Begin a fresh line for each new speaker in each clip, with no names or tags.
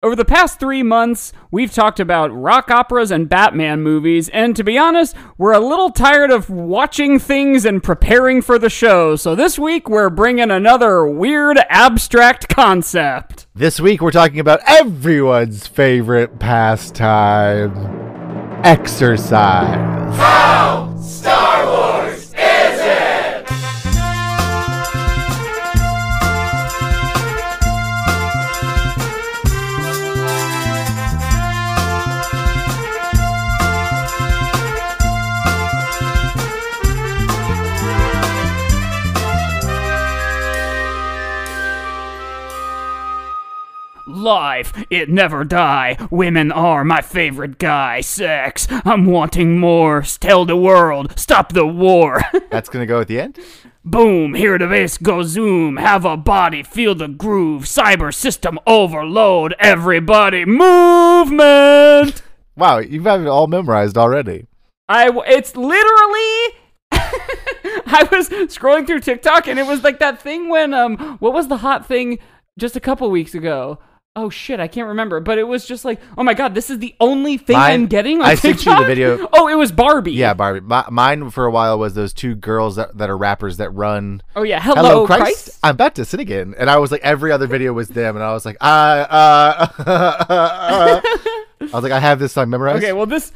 Over the past three months, we've talked about rock operas and Batman movies, and to be honest, we're a little tired of watching things and preparing for the show, so this week we're bringing another weird abstract concept.
This week we're talking about everyone's favorite pastime exercise.
Life, it never die. Women are my favorite guy. Sex, I'm wanting more. Tell the world, stop the war.
That's going to go at the end?
Boom, here the bass go zoom. Have a body, feel the groove. Cyber system overload. Everybody, movement.
Wow, you've got it all memorized already.
I. w- It's literally. I was scrolling through TikTok and it was like that thing when um, what was the hot thing just a couple weeks ago? Oh shit, I can't remember. But it was just like, oh my god, this is the only thing
Mine-
I'm getting. On
I
TikTok?
sent you the video.
Oh, it was Barbie.
Yeah, Barbie. My, mine for a while was those two girls that, that are rappers that run
Oh yeah. Hello,
Hello, Christ.
Christ.
I'm about to sin again. And I was like, every other video was them. And I was like, uh, uh, uh, I was like, I have this song memorized.
Okay, well this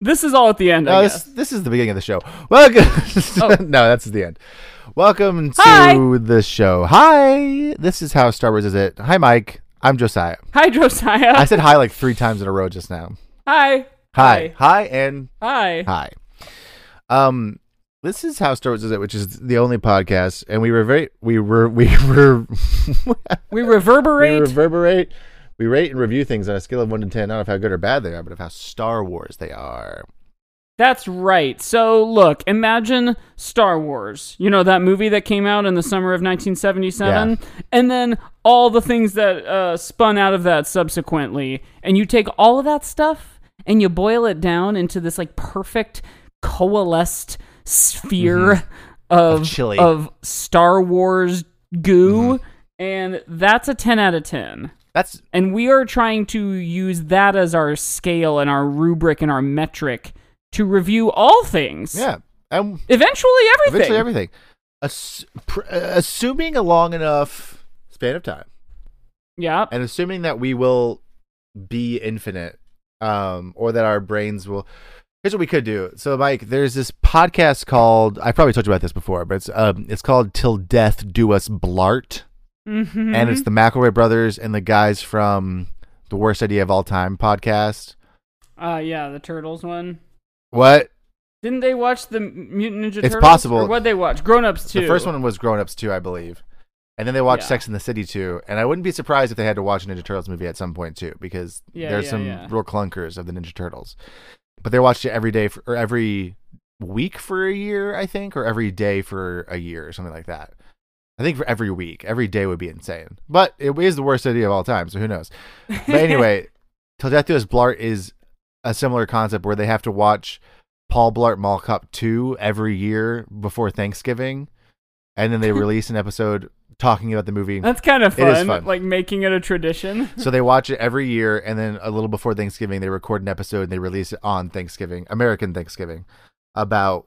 this is all at the end.
No,
I
Oh, this,
guess.
this is the beginning of the show. Welcome. no, that's the end. Welcome to
Hi.
the show. Hi. This is how Star Wars is it. Hi, Mike. I'm Josiah.
Hi, Josiah.
I said hi like three times in a row just now.
Hi.
Hi. Hi, and
Hi.
hi. Um, this is how Star Wars is it, which is the only podcast, and we were very we were we were
We
we
reverberate.
reverberate. We rate and review things on a scale of one to ten, not of how good or bad they are, but of how Star Wars they are.
That's right. So, look, imagine Star Wars. You know, that movie that came out in the summer of 1977? And then all the things that uh, spun out of that subsequently. And you take all of that stuff and you boil it down into this, like, perfect coalesced sphere of,
Mm-hmm. Of chili. Mm-hmm.
of Star Wars goo. And that's a 10 out of 10.
That's
And we are trying to use that as our scale and our rubric and our metric to review all things.
yeah. And
Eventually everything.
Eventually, everything. Ass- pr- uh, assuming a long enough span of time,
Yeah.
and assuming that we will be infinite, um, or that our brains will. Here's what we could do. So, Mike, there's this podcast called I probably told you about this before, but it's um, it's called "Till Death Do Us Blart,"
Mm-hmm.
and it's the McElroy brothers and the guys from the Worst Idea of All Time podcast.
uh yeah, the Turtles one.
What
Didn't they watch the M- Mutant Ninja Turtles?
It's possible.
Or what'd they watch? Grown ups too.
the first one was Grown Ups too, I believe, and then they watched
Yeah.
Sex in the City too. And I wouldn't be surprised if they had to watch a Ninja Turtles movie at some point too, because
Yeah,
there's
yeah,
some
yeah.
real clunkers of the Ninja Turtles. But they watched it every day for, or every week for a year, I think, or every day for a year or something like that. I think for every week, every day would be insane. But it is the worst idea of all time, so who knows? But anyway, Till Death Do Us Blart is a similar concept where they have to watch Paul Blart Mall Cop 2 every year before Thanksgiving. And then they release an episode talking about the movie.
That's kind of
It
fun,
is fun.
Like making it a tradition.
So they watch it every year. And then a little before Thanksgiving, they record an episode and they release it on Thanksgiving, American Thanksgiving, about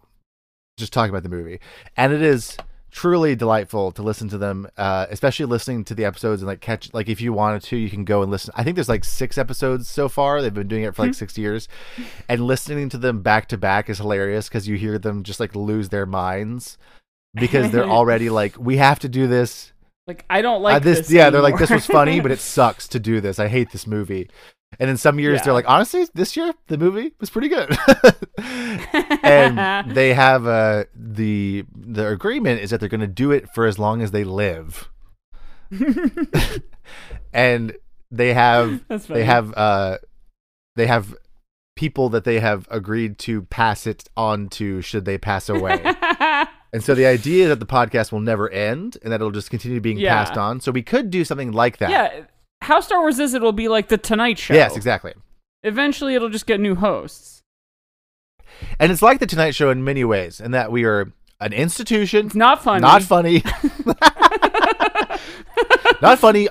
just talking about the movie. And it is truly delightful to listen to them, uh, especially listening to the episodes and like catch, like if you wanted to, you can go and listen. I think there's like six episodes so far. They've been doing it for like six years. And listening to them back to back is hilarious because you hear them just like lose their minds because they're already like, we have to do this.
Like I don't like
Uh, this,
this.
yeah they're like
anymore.
this was funny but it sucks to do this i hate this movie and in some years
Yeah.
they're like honestly this year the movie was pretty good and they have uh the the agreement is that they're going to do it for as long as they live and they have
That's funny.
they have uh they have people that they have agreed to pass it on to should they pass away and so the idea is that the podcast will never end and that it'll just continue being
Yeah.
passed on so we could do something like that
Yeah. How Star Wars is it'll be like the Tonight Show.
Yes, exactly.
Eventually it'll just get new hosts.
And it's like the Tonight Show in many ways, in that we are an institution,
It's not funny.
not funny, not funny,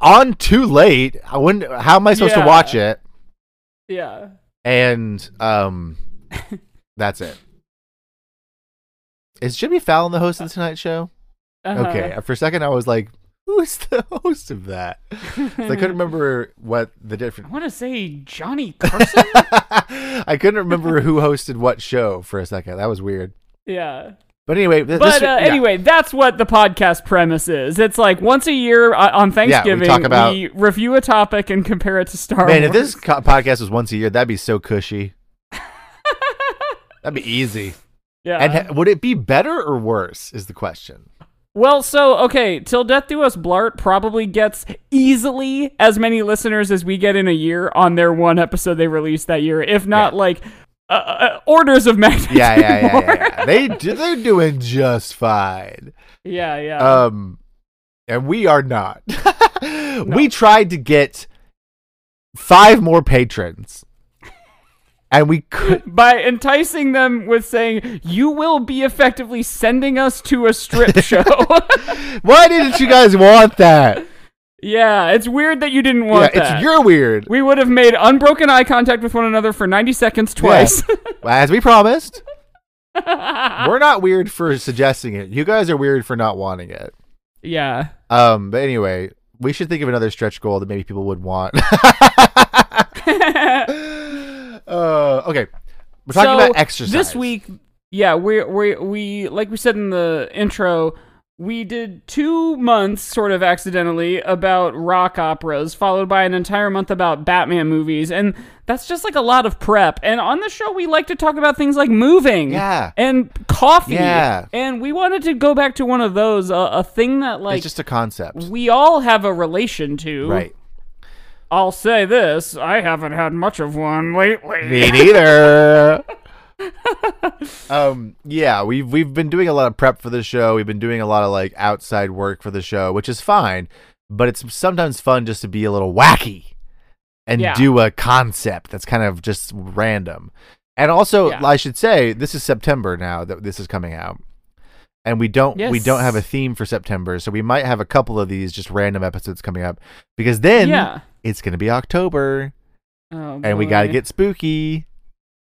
on too late. I wouldn't. How am I supposed
Yeah.
to watch it?
Yeah.
And um, that's it. Is Jimmy Fallon the host of the Tonight Show?
Uh-huh.
Okay. For a second, I was like, "Who's the host of that?" 'Cause I couldn't remember what the
I
different.
want to say Johnny Carson.
I couldn't remember who hosted what show for a second. That was weird.
yeah.
But anyway, th- this,
But uh,
yeah.
anyway, that's what the podcast premise is. It's like once a year uh, on Thanksgiving,
talk about-
we review a topic and compare it to Star
Man,
Wars.
if this co- podcast was once a year, that'd be so cushy. that'd be easy.
yeah.
And ha- would it be better or worse? Is the question.
well, so okay, till death do us blart probably gets easily as many listeners as we get in a year on their one episode they released that year, if not like uh, uh, orders of magnitude.
Yeah, yeah, yeah, yeah.
more.
yeah. They do, they're doing just fine.
yeah, yeah.
Um, and we are not. We tried to get five more patrons, and we could.
by enticing them with saying you will be effectively sending us to a strip show.
Why didn't you guys want that?
yeah, it's weird that you didn't
Yeah,
want that.
it's you're weird.
we would have made unbroken eye contact with one another for 90 seconds twice.
As we promised, we're not weird for suggesting it. You guys are weird for not wanting it.
yeah.
Um, but anyway, we should think of another stretch goal that maybe people would want. uh, okay, we're talking
so
about exercise
This week, yeah, we we we like we said in the intro, we did 2 months sort of accidentally about rock operas followed by an entire month about Batman movies and that's just like a lot of prep. And on the show we like to talk about things like moving.
Yeah.
And coffee.
Yeah.
And we wanted to go back to one of those a, a thing that like
It's just a concept,
we all have a relation to.
right?
I'll say this, I haven't had much of one lately.
Me neither. um, yeah, we've we've been doing a lot of prep for the show. We've been doing a lot of like outside work for the show, which is fine. But it's sometimes fun just to be a little wacky and
Yeah.
do a concept that's kind of just random. And also,
Yeah.
I should say, this is September now that this is coming out, and we don't we don't have a
Yes.
theme for September, so we might have a couple of these just random episodes coming up because then
Yeah.
it's gonna be October
Oh,
and we gotta
boy.
get spooky.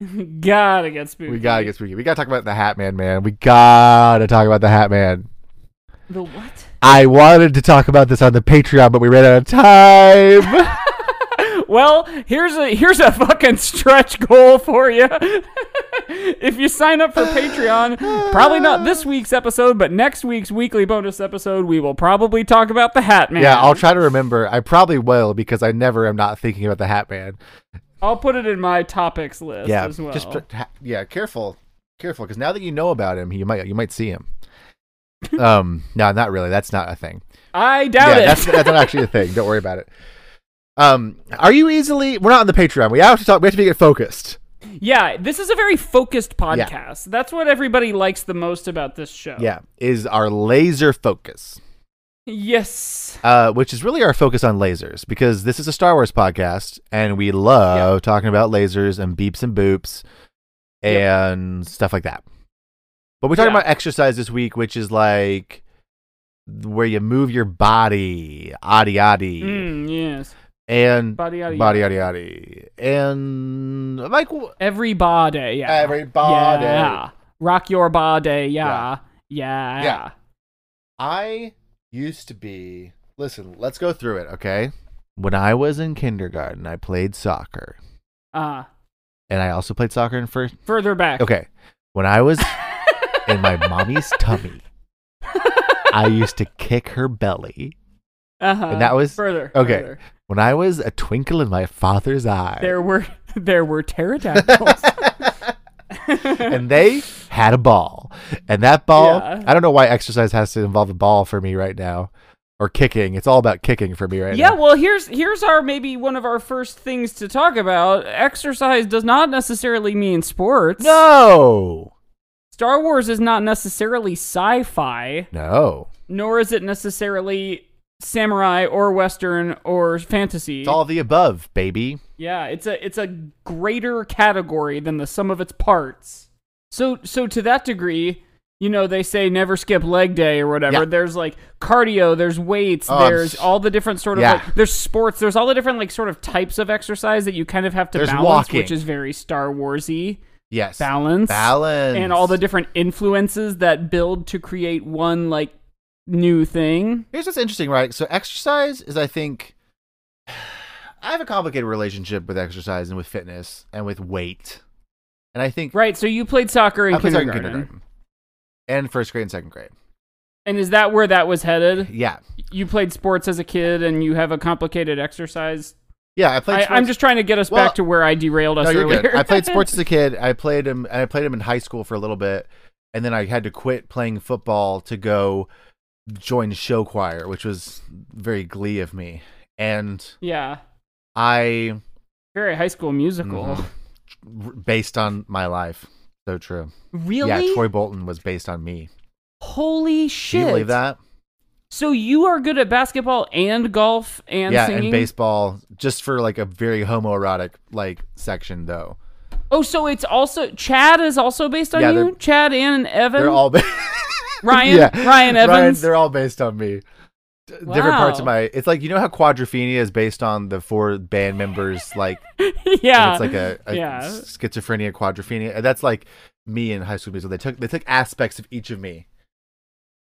gotta get spooky.
We gotta get spooky. We gotta talk about the Hat Man, man. We gotta talk about the Hat Man.
the what?
I wanted to talk about this on the Patreon, but we ran out of time.
Well, here's a here's a fucking stretch goal for you. if you sign up for Patreon, probably not this week's episode, but next week's weekly bonus episode, we will probably talk about the Hat Man.
yeah, I'll try to remember. I probably will because I never am not thinking about the Hat Man.
I'll put it in my topics list
yeah,
as well.
just put- ha- yeah, careful, careful, because now that you know about him, you might you might see him. um, no, not really. That's not a thing.
I doubt
yeah,
it.
that's that's not actually a thing. Don't worry about it. Um, are you easily? We're not on the Patreon. We have to talk. We have to get focused.
yeah, this is a very focused podcast. That's what everybody likes the most about this show.
Yeah, is our laser focus.
Yes.
uh, which is really our focus on lasers because this is a Star Wars podcast and we love talking about lasers and beeps and boops and stuff like that. But we're talking
Yeah.
about exercise this week, which is like where you move your body, adi adi,
Mm, yes.
and
Body, yada,
body
yada.
adi adi, and like w-
Everybody. Yeah.
everybody.
Yeah. Rock your body. Yeah. Yeah.
Yeah. I used to be. Listen, let's go through it, okay? When I was in kindergarten, I played soccer.
Uh,
and I also played soccer in first.
further back.
Okay, when I was in my mommy's tummy, I used to kick her belly.
Uh-huh.
And that was-
further.
okay.
further.
When I was a twinkle in my father's eye,
There were there were pterodactyls.
and they had a ball, and that ball.
Yeah.
I don't know why exercise has to involve a ball for me right now, or kicking. It's all about kicking for me right
yeah,
now.
well, here's here's our maybe one of our first things to talk about. Exercise does not necessarily mean sports.
No,
Star Wars is not necessarily sci-fi,
no.
nor is it necessarily samurai or western or fantasy.
It's all the above, baby.
Yeah, it's a it's a greater category than the sum of its parts. So so to that degree, you know, they say never skip leg day or whatever.
Yeah.
There's like cardio, there's weights,
Oh, I'm
there's
s-
all the different sort of
Yeah.
like, there's sports, there's all the different like sort of types of exercise that you kind of have to
There's
balance,
walking.
which is very Star Warsy
Yes.
balance,
Balance.
and all the different influences that build to create one like new thing.
Here's what's interesting, right? So exercise is, I think, I have a complicated relationship with exercise and with fitness and with weight, and I think
Right. So you played soccer in
I played soccer in
kindergarten.
kindergarten and first grade and second grade.
And is that where that was headed?
Yeah,
You played sports as a kid and you have a complicated exercise.
yeah. I played.
I, I'm
sports-
just trying to get us
Well-
back to where I derailed us
No, you're
earlier.
good. I played sports as a kid. I played him. I played him in high school for a little bit, and then I had to quit playing football to go join show choir, which was very glee of me. And
yeah.
I,
Very high school musical.
Mhm. based on my life, so true.
Really?
Yeah, Troy Bolton was based on me.
Holy
Can
shit.
you believe that?
So you are good at basketball and golf and
yeah,
singing?
and baseball, just for like a very homoerotic like section though.
Oh, so it's also Chad is also based on
Yeah, they're-
you? Chad and Evan?
They're all based.
Ryan? Ryan Evans?
they're all based on me. D- Different parts of
Wow.
my. It's like you know how Quadrophenia is based on the four band members. Like
yeah.
it's like a, a
Yeah.
schizophrenia, Quadrophenia. That's like me in High School Musical. They took they took aspects of each of me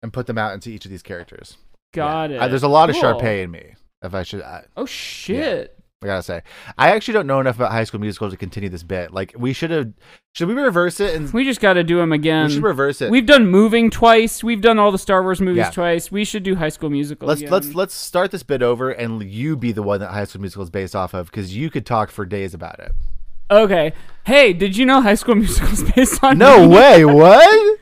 and put them out into each of these characters.
Got
Yeah.
it.
I- there's a lot of
Cool.
Sharpay in me. If I should, I,
Oh shit.
I gotta say, I actually don't know enough about High School Musical to continue this bit. Like, we should have, should we reverse it and
We just got to do them again.
we should reverse it.
We've done Moving twice. We've done all the Star Wars movies
Yeah.
twice. We should do High School Musical.
let's
again.
let's let's start this bit over and you be the one that High School Musical is based off of because you could talk for days about it.
Okay. Hey, did you know High School Musical is based on
No
me?
way! What?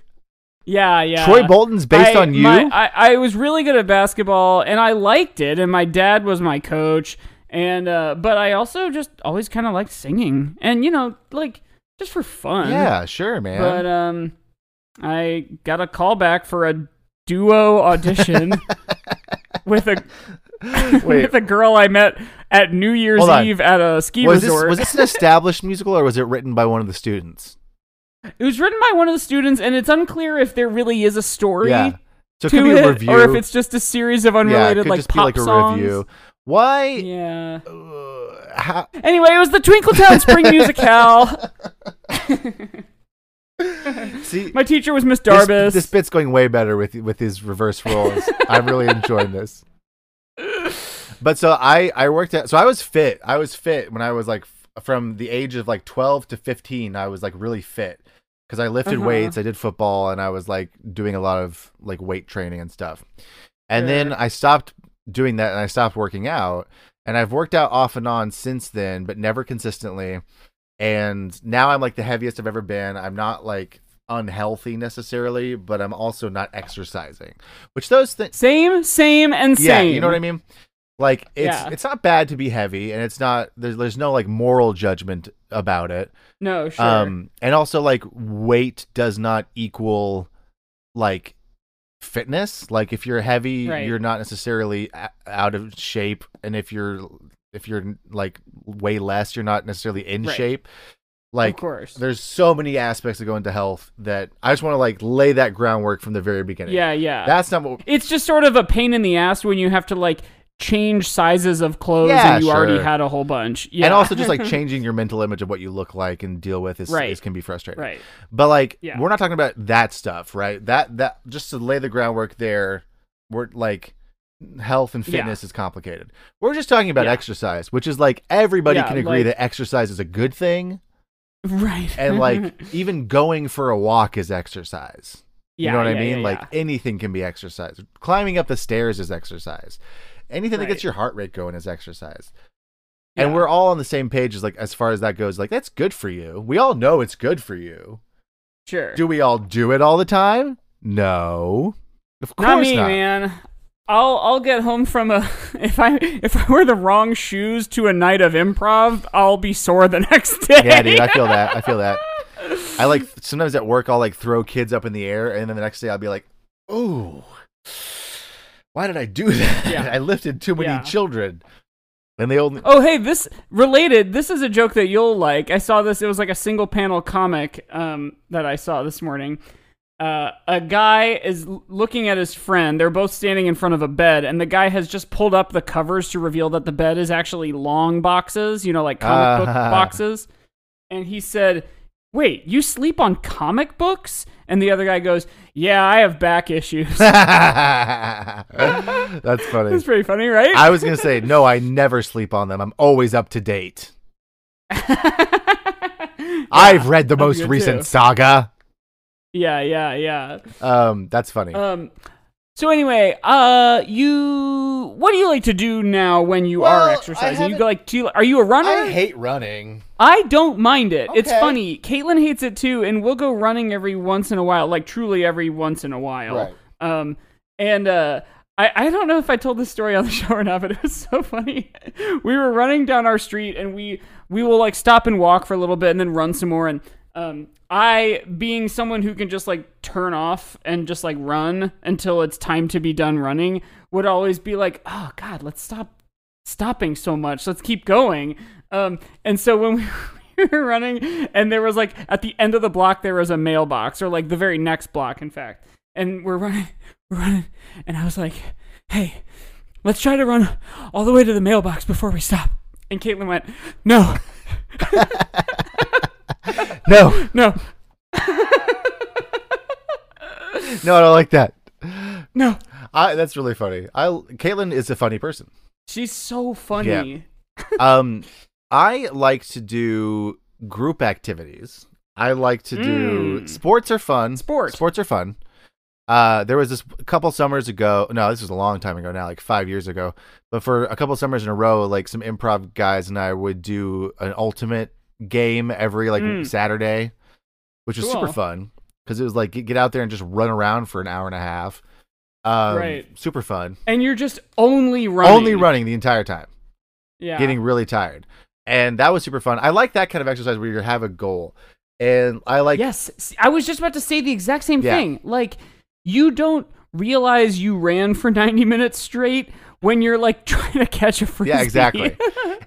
Yeah, yeah.
Troy Bolton's based
I-
on you?
my- I, I was really good at basketball and I liked it, and my dad was my coach. And uh, but I also just always kind of liked singing, and you know, like just for fun.
yeah, sure, man.
But um, I got a call back for a duo audition with a
Wait,
with a girl I met at New Year's
Hold on.
Eve at a ski
was this
resort.
was this an established musical or was it written by one of the students?
It was written by one of the students, and it's unclear if there really is a story
Yeah, so
to
it could be
it,
a review,
or if it's just a series of
yeah, it
unrelated
could
like
just
pop
be like a
songs.
review. Why?
Yeah.
uh, how,
Anyway, it was the Twinkletown Spring Musical.
see,
My teacher was Miss
This-
Darbus.
This, bit's going way better with with these reverse roles. I'm really enjoying this. But so I I worked at so I was fit. I was fit when I was like f- from the age of like 12 to 15. I was like really fit because I lifted
Uh-huh.
weights, I did football, and I was like doing a lot of like weight training and stuff. And then
Sure.
I stopped doing that and I stopped working out. And I've worked out off and on since then, but never consistently. And now I'm like the heaviest I've ever been. I'm not like unhealthy necessarily, but I'm also not exercising, which those things,
same, same, and same.
yeah, you know what I mean. Like it's
Yeah.
it's not bad to be heavy, and it's not there's there's no like moral judgment about it.
No, sure.
Um, and also like weight does not equal like fitness. Like if you're heavy,
Right.
you're not necessarily a- out of shape, and if you're if you're like way less, you're not necessarily in
Right.
shape.
of
Like
course.
there's so many aspects that go into health that I just want to like lay that groundwork from the very beginning.
Yeah, yeah.
that's not what.
it's just sort of a pain in the ass when you have to like change sizes of clothes
Yeah,
and you already
sure.
had a whole bunch. Yeah.
And also, just like changing your mental image of what you look like and deal with is,
Right.
is can be frustrating.
right.
But like,
Yeah.
we're not talking about that stuff, right? That that just to lay the groundwork there. We're like, health and
Yeah.
fitness is complicated. We're just talking about
Yeah.
exercise, which is like everybody
Yeah,
can agree
like-
that exercise is a good thing,
Right.
and like even going for a walk is exercise. You
Yeah,
know what I
yeah,
mean?
yeah,
like
yeah.
anything can be exercise. Climbing up the stairs is exercise. Anything that gets
Right.
your heart rate going is exercise.
Yeah.
And we're all on the same page as like as far as that goes. Like that's good for you. We all know it's good for you.
sure.
Do we all do it all the time? No. Of course
not me, man. I'll I'll get home from a if I if I wear the wrong shoes to a night of improv, I'll be sore the next day.
Yeah, dude, I feel that. I feel that. I like sometimes at work I'll like throw kids up in the air and then the next day I'll be like, "Oh. Why did I do that?
Yeah.
I lifted too many
Yeah.
children." And they only
Oh, hey, this related. This is a joke that you'll like. I saw this. It was like a single panel comic um, that I saw this morning. uh, a guy is l- looking at his friend. They're both standing in front of a bed, and the guy has just pulled up the covers to reveal that the bed is actually long boxes, you know, like comic book
Ah.
boxes. And he said, Wait, you sleep on comic books? And the other guy goes, Yeah, I have back issues.
That's funny.
That's pretty funny, right?
I was gonna say no. I never sleep on them. I'm always up to date. I've read the
I'm
most
good
recent
too.
saga.
yeah, yeah, yeah.
Um, that's funny.
Um, so anyway, uh, you, what do you like to do now when you
Well,
are
I
exercising? You
haven't-
go like, do you, are you a runner?
hate running.
I don't mind it. It's
Okay.
funny. Caitlin hates it too, and we'll go running every once in a while, like truly every once in a while.
Right.
Um, and uh, I I don't know if I told this story on the show or not, but it was so funny. we were running down our street, and we we will like stop and walk for a little bit, and then run some more. And um, I being someone who can just like turn off and just like run until it's time to be done running, would always be like, oh God, let's stop stopping so much. Let's keep going. Um, and so when we were running, and there was like at the end of the block, there was a mailbox, or like the very next block, in fact. And we're running, we're running, and I was like, hey, let's try to run all the way to the mailbox before we stop. And Caitlin went, no,
No,
no,
no, I don't like that.
no.
I, that's really funny. I Caitlin is a funny person.
She's so funny.
Um, I like to do group activities. I like to do
Mm.
sports are fun.
Sport.
Sports are fun. Uh, there was this a couple summers ago. No, this was a long time ago now, like five years ago. But for a couple summers in a row, like some improv guys and I would do an ultimate game every like
Mm.
Saturday, which was super
Cool.
fun because it was like get get out there and just run around for an hour and a half. Um,
Right.
Super fun.
And you're just only running.
Only running the entire time
Yeah.
getting really tired. And that was super fun. I like that kind of exercise where you have a goal. And I like
yes S- i was just about to say the exact same
Yeah.
thing like you don't realize you ran for 90 minutes straight when you're like trying to catch a frisbee
Yeah, exactly.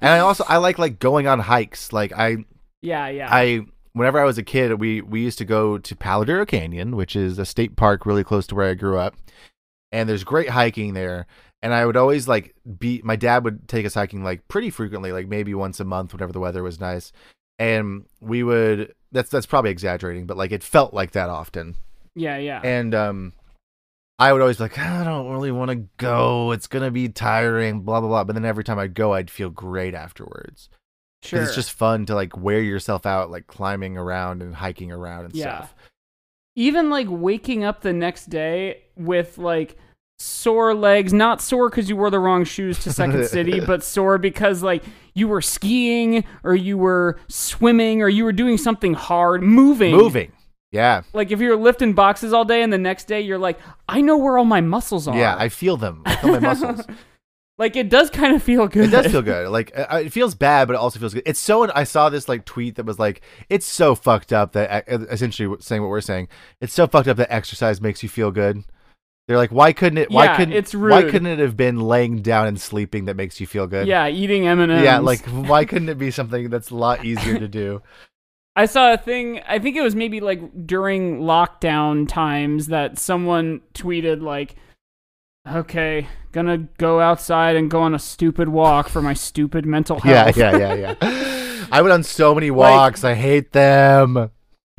and I also I like like going on hikes. Like I
yeah yeah
I whenever I was a kid, we we used to go to Paladuro Canyon, which is a state park really close to where I grew up. And there's great hiking there. And I would always like be my dad would take us hiking like pretty frequently, like maybe once a month whenever the weather was nice. And we would that's that's probably exaggerating, but like it felt like that often.
yeah yeah
and um I would always be like, I don't really want to go. It's gonna be tiring, blah blah blah. But then every time I'd go, I'd feel great afterwards. 'Cause
sure
It's just fun to like wear yourself out, like climbing around and hiking around and
Yeah.
stuff.
even like waking up the next day with like sore legs not sore because you wore the wrong shoes to second city but sore because like you were skiing or you were swimming or you were doing something hard moving
Moving, yeah,
like if you're lifting boxes all day and the next day you're like i know where all my muscles are
yeah. I feel them. I feel my muscles.
Like it does kind of feel good.
It does feel good. Like I- I- it feels bad, but it also feels good. It's so. I saw this like tweet that was like, "It's so fucked up that e, essentially saying what we're saying. It's so fucked up that exercise makes you feel good." They're like, "Why couldn't it? Why
Yeah,
couldn't?
it's
Why
rude.
couldn't it have been laying down and sleeping that makes you feel good?"
Yeah, eating M and M's.
yeah. Like, why couldn't it be something that's a lot easier to do?
I saw a thing. I think it was maybe like during lockdown times that someone tweeted like, "Okay, gonna go outside and go on a stupid walk for my stupid mental
yeah,
health."
yeah, yeah, yeah. I went on so many walks. I hate them.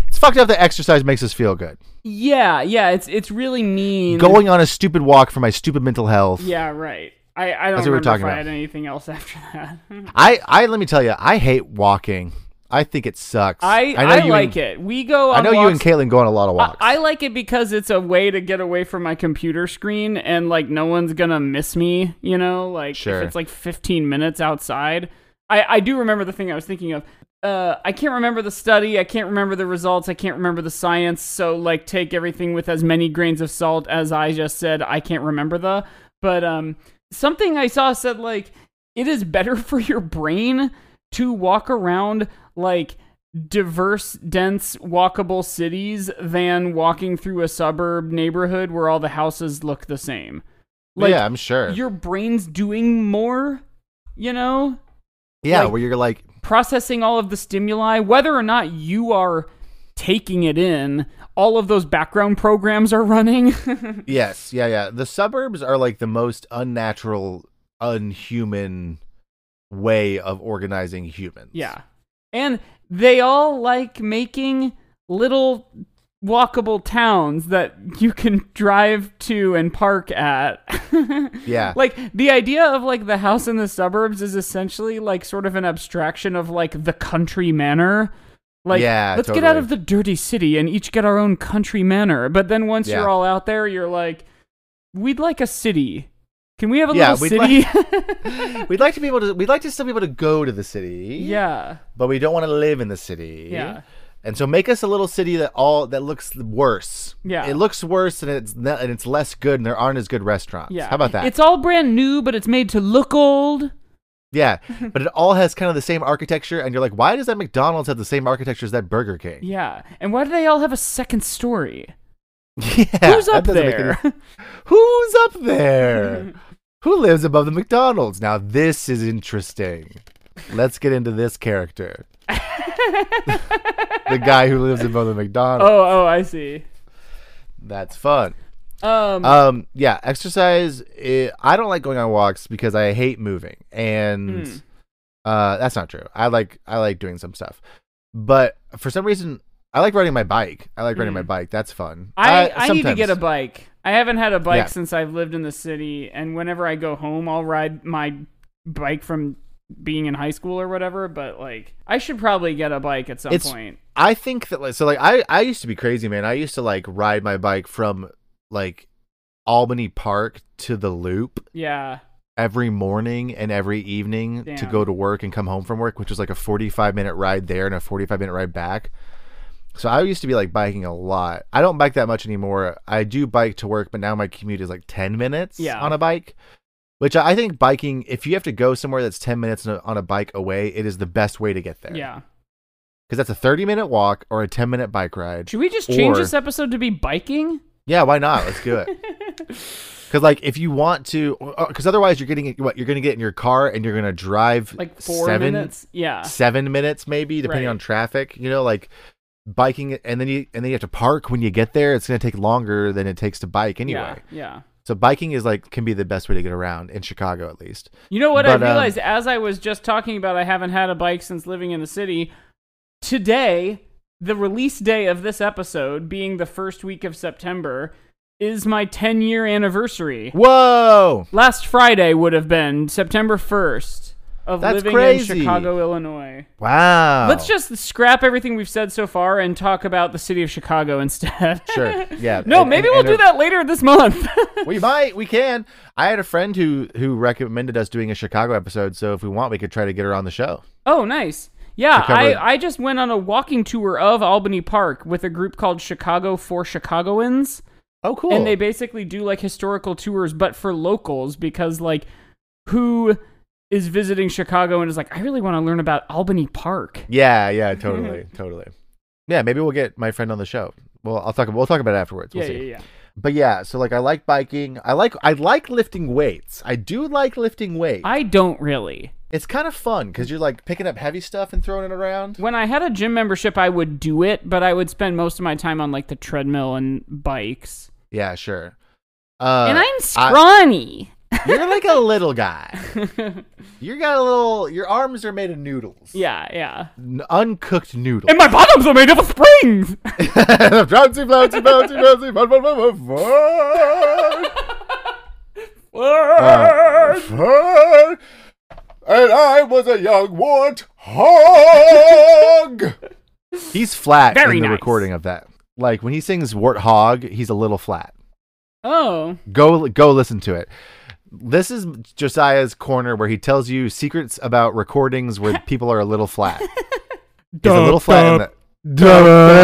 It's fucked up that exercise makes us feel good.
yeah, yeah. It's it's really mean.
Going on a stupid walk for my stupid mental health.
Yeah, right. I I don't
That's what we're
remember
talking
if I
about.
had anything else after that.
I, I let me tell you, I hate walking. I think it sucks.
I I, like it. We go. On
I know you and
walks Uh,
Caitlin go on a lot of walks.
I, I like it because it's a way to get away from my computer screen and like no one's gonna miss me, you know? Like
Sure.
if it's like 15 minutes outside. I, I do remember the thing I was thinking of. Uh, I can't remember the study. I can't remember the results. I can't remember the science. So like take everything with as many grains of salt as I just said. I can't remember the. But um, something I saw said like it is better for your brain to walk around like diverse, dense, walkable cities than walking through a suburb neighborhood where all the houses look the same. Like
yeah, I'm sure.
your brain's doing more, you know,
Yeah,
like-
where you're like,
processing all of the stimuli, whether or not you are taking it in. All of those background programs are running.
Yes, yeah, yeah. The suburbs are like the most unnatural, unhuman way of organizing humans.
yeah. And they all like making little walkable towns that you can drive to and park at.
Yeah.
like the idea of like the house in the suburbs is essentially like sort of an abstraction of like the country manor. Like
Yeah,
let's get out
totally.
of the dirty city and each get our own country manor. But then once
Yeah.
you're all out there, you're like, we'd like a city. Can we have a
Yeah,
little
we'd
city?
we'd like to be able to we'd like to still be able to go to the city.
yeah.
But we don't want to live in the city.
Yeah.
And so make us a little city that all that looks worse.
Yeah.
It looks worse and it's not, and it's less good and there aren't as good restaurants.
Yeah.
How about that?
It's all brand new, but it's made to look old.
yeah. but it all has kind of the same architecture and you're like, why does that McDonald's have the same architecture as that Burger King?
Yeah. And why do they all have a second story?
Yeah.
Who's
that
up
doesn't make
there?
any- Who's up there? Who lives above the McDonald's? Now this is interesting. Let's get into this character. the guy who lives above the McDonald's.
oh, oh, I see.
That's fun.
Um,
Um, yeah, exercise. eh, I don't like going on walks because I hate moving, and
Mm.
uh, that's not true. I like I like doing some stuff, but for some reason, I like riding my bike. I like riding my
Mm.
bike. That's fun.
I, I need to get a
uh, sometimes-
bike. I haven't had a bike
Yeah.
since I've lived in the city, and whenever I go home, I'll ride my bike from being in high school or whatever. But like, I should probably get a bike at some
It's-
point.
I think that like so like I I used to be crazy man. I used to like ride my bike from like Albany Park to the Loop
Yeah,
every morning and every evening to
Damn.
go to work and come home from work, which was like a 45 minute ride there and a 45 minute ride back. So I used to be like biking a lot. I don't bike that much anymore. I do bike to work, but now my commute is like 10 minutes
Yeah.
on a bike. Which I I think biking, if you have to go somewhere that's 10 minutes on a- on a bike away, it is the best way to get there.
yeah.
Because that's a 30 minute walk or a 10 minute bike ride.
Should we just change
Or-
this episode to be biking?
Yeah, why not? Let's do it. Because like, if you want to, because otherwise you're getting what you're going to get in your car and you're going to drive
Like four
seven,
minutes? Yeah,
seven minutes maybe, depending
Right.
on traffic. You know, like biking, and then you and then you have to park when you get there. It's going to take longer than it takes to bike anyway.
yeah, yeah.
So biking is like can be the best way to get around in Chicago at least.
You know what
But,
I
um,
realized as I was just talking about I haven't had a bike since living in the city. Today, the release day of this episode being the first week of September is my 10 year anniversary.
Whoa,
Last Friday would have been September 1st of
That's
living
crazy. Oh.
in Chicago, Illinois.
wow.
Let's just scrap everything we've said so far and talk about the city of Chicago instead.
sure, yeah.
no,
and-
maybe
and-
we'll
and er
do that later this month.
We might, we can. I had a friend who who recommended us doing a Chicago episode, so if we want, we could try to get her on the show.
Oh, nice. Yeah,
cover it.
I, I just went on a walking tour of Albany Park with a group called Chicago for Chicagoans.
Oh, cool.
And they basically do like historical tours, but for locals, because like who is visiting Chicago and is like, I really want to learn about Albany Park.
Yeah, yeah, totally, totally. Yeah, maybe we'll get my friend on the show. Well, I'll talk. We'll talk about it afterwards. We'll
yeah,
see.
yeah, yeah.
But yeah, so like I like biking. I like I like lifting weights. I do like lifting weights.
I don't really.
it's kind of fun because you're like picking up heavy stuff and throwing it around.
When I had a gym membership, I would do it, but I would spend most of my time on like the treadmill and bikes.
Yeah, sure. Uh,
and I'm
I-
scrawny.
you're like a little guy. you got a little. Your arms are made of noodles.
yeah, yeah.
N- uncooked noodles.
And my bottoms are made of springs.
Bouncy, bouncy, bouncy, bouncy, fun, fun, fun, fun, fun. Uh, fun. and I was a young wart hog. he's flat
Very
in the
nice.
recording of that. Like when he sings wart hog, he's a little flat.
oh.
Go go listen to it. This is Josiah's corner where he tells you secrets about recordings where people are a little flat. He's a little flat in that.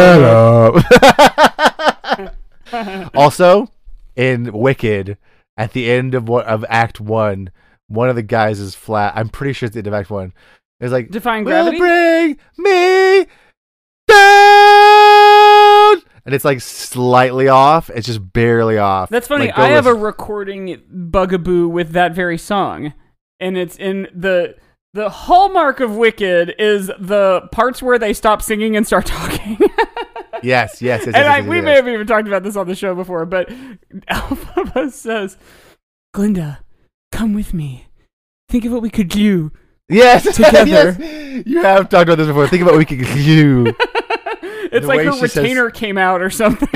also, in Wicked, at the end of what of Act One, one of the guys is flat. I'm pretty sure it's the end of Act One. It's like
Defying
"Will
gravity?
bring me down, and it's like slightly off. It's just barely off.
That's funny.
Like, go
I have a
listen-
recording bugaboo with that very song, and it's in the the hallmark of Wicked is the parts where they stop singing and start talking.
Yes, yes, yes. yes,
and I,
yes,
we
yes,
may
yes.
have even talked about this on the show before, but Alphaba says, Glinda, come with me. Think of what we could do.
yes,
together.
yes. You have talked about this before. Think about what we could do.
It's
The
like
way
her
she says-
retainer came out or something.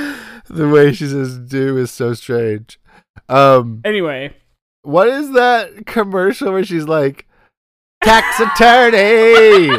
the way she says "do" is so strange. Um,
anyway,
what is that commercial where she's like, "Tax attorney"?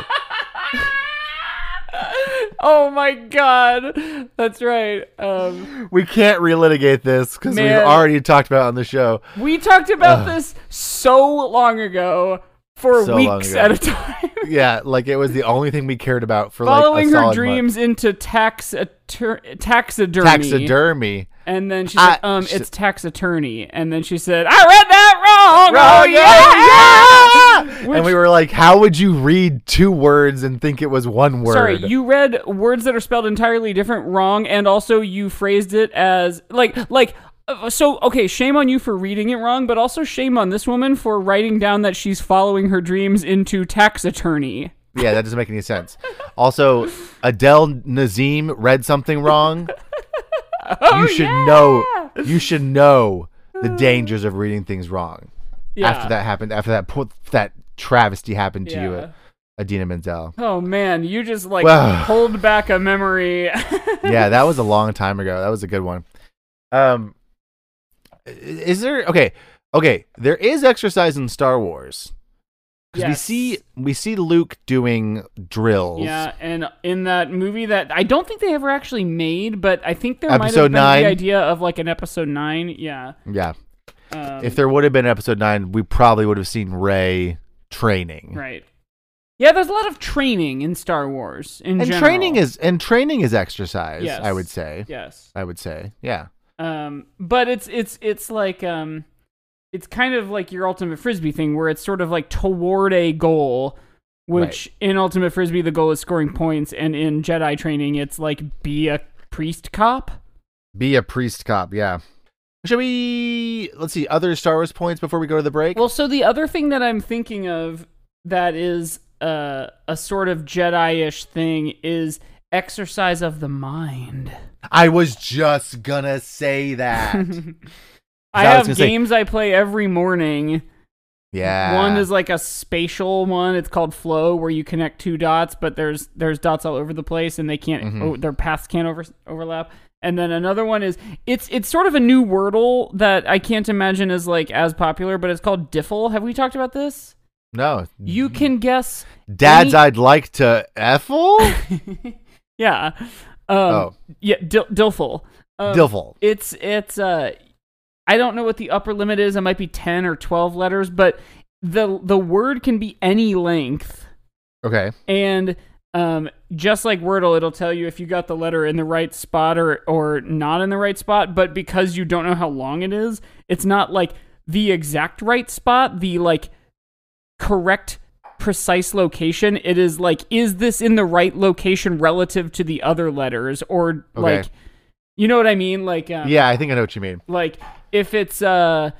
oh my god, that's right. Um,
we can't relitigate this because we've
Man.
already talked about it on the show.
we talked about
Ugh.
this so long ago, for
So long
weeks
ago.
at a time.
Yeah, like it was the only thing we cared about for
Following
like a
her
solid
dreams into tax atter- taxidermy,
month. Taxidermy.
and then she's
I-
like, "Um,
sh-
it's tax attorney," and then she said, "I read that wrong." oh
Oh,
yeah,
yeah, yeah! and we were like, "How would you read two words and think it was one word?"
Sorry, you read words that are spelled entirely different wrong, and also you phrased it as like like. uh, So okay, shame on you for reading it wrong, but also shame on this woman for writing down that she's following her dreams into tax attorney.
Yeah, that doesn't make any sense. Also, Adele Nazim read something wrong.
Oh,
you should know. You should know the dangers of reading things wrong.
Yeah.
After that happened, after that po- that travesty happened to you
Yeah.
at Adina Menzel.
Oh man, you just like
Wow.
hold back a memory.
yeah, that was a long time ago. That was a good one. Um, i- is there okay? Okay, there is exercise in Star Wars because
Yes.
we see we see Luke doing drills.
yeah, and in that movie that I don't think they ever actually made, but I think there might have
Episode
been
nine?
the idea of like an episode nine. Yeah.
yeah.
Um,
if there would have been episode nine, we probably would have seen Ray training.
Right. Yeah, there's a lot of training in Star Wars in
And
general.
training is and training is exercise.
Yes.
I would say.
yes.
I would say. Yeah.
Um, but it's it's it's like um, it's kind of like your ultimate frisbee thing, where it's sort of like toward a goal. Which in ultimate frisbee, the goal is scoring points, and in Jedi training, it's like be a priest cop.
Be a priest cop. Yeah. Should we? Let's see other Star Wars points before we go to the break.
Well, so the other thing that I'm thinking of that is uh, a sort of Jedi-ish thing is exercise of the mind.
I was just gonna say that.
I
I was
have
gonna say-
games I play every morning.
yeah.
One is like a spatial one. It's called Flow, where you connect two dots, but there's there's dots all over the place, and they can't
Mhm.
oh, their paths can't over, overlap. And then another one is it's it's sort of a new Wordle that I can't imagine is like as popular, but it's called Diffle. Have we talked about this?
no.
You can Um, guess.
Dads,
any-
I'd like to effle.
yeah. Um,
oh,
Yeah. Dil- Dilful. Um,
Dilful.
it's it's uh i don't know what the upper limit is it might be 10 or 12 letters but the the word can be any length
Okay.
and um just like wordle it'll tell you if you got the letter in the right spot or or not in the right spot but because you don't know how long it is it's not like the exact right spot the like correct precise location it is like is this in the right location relative to the other letters or
Okay.
like you know what i mean like um,
Yeah, I think I know what you mean.
like if it's uh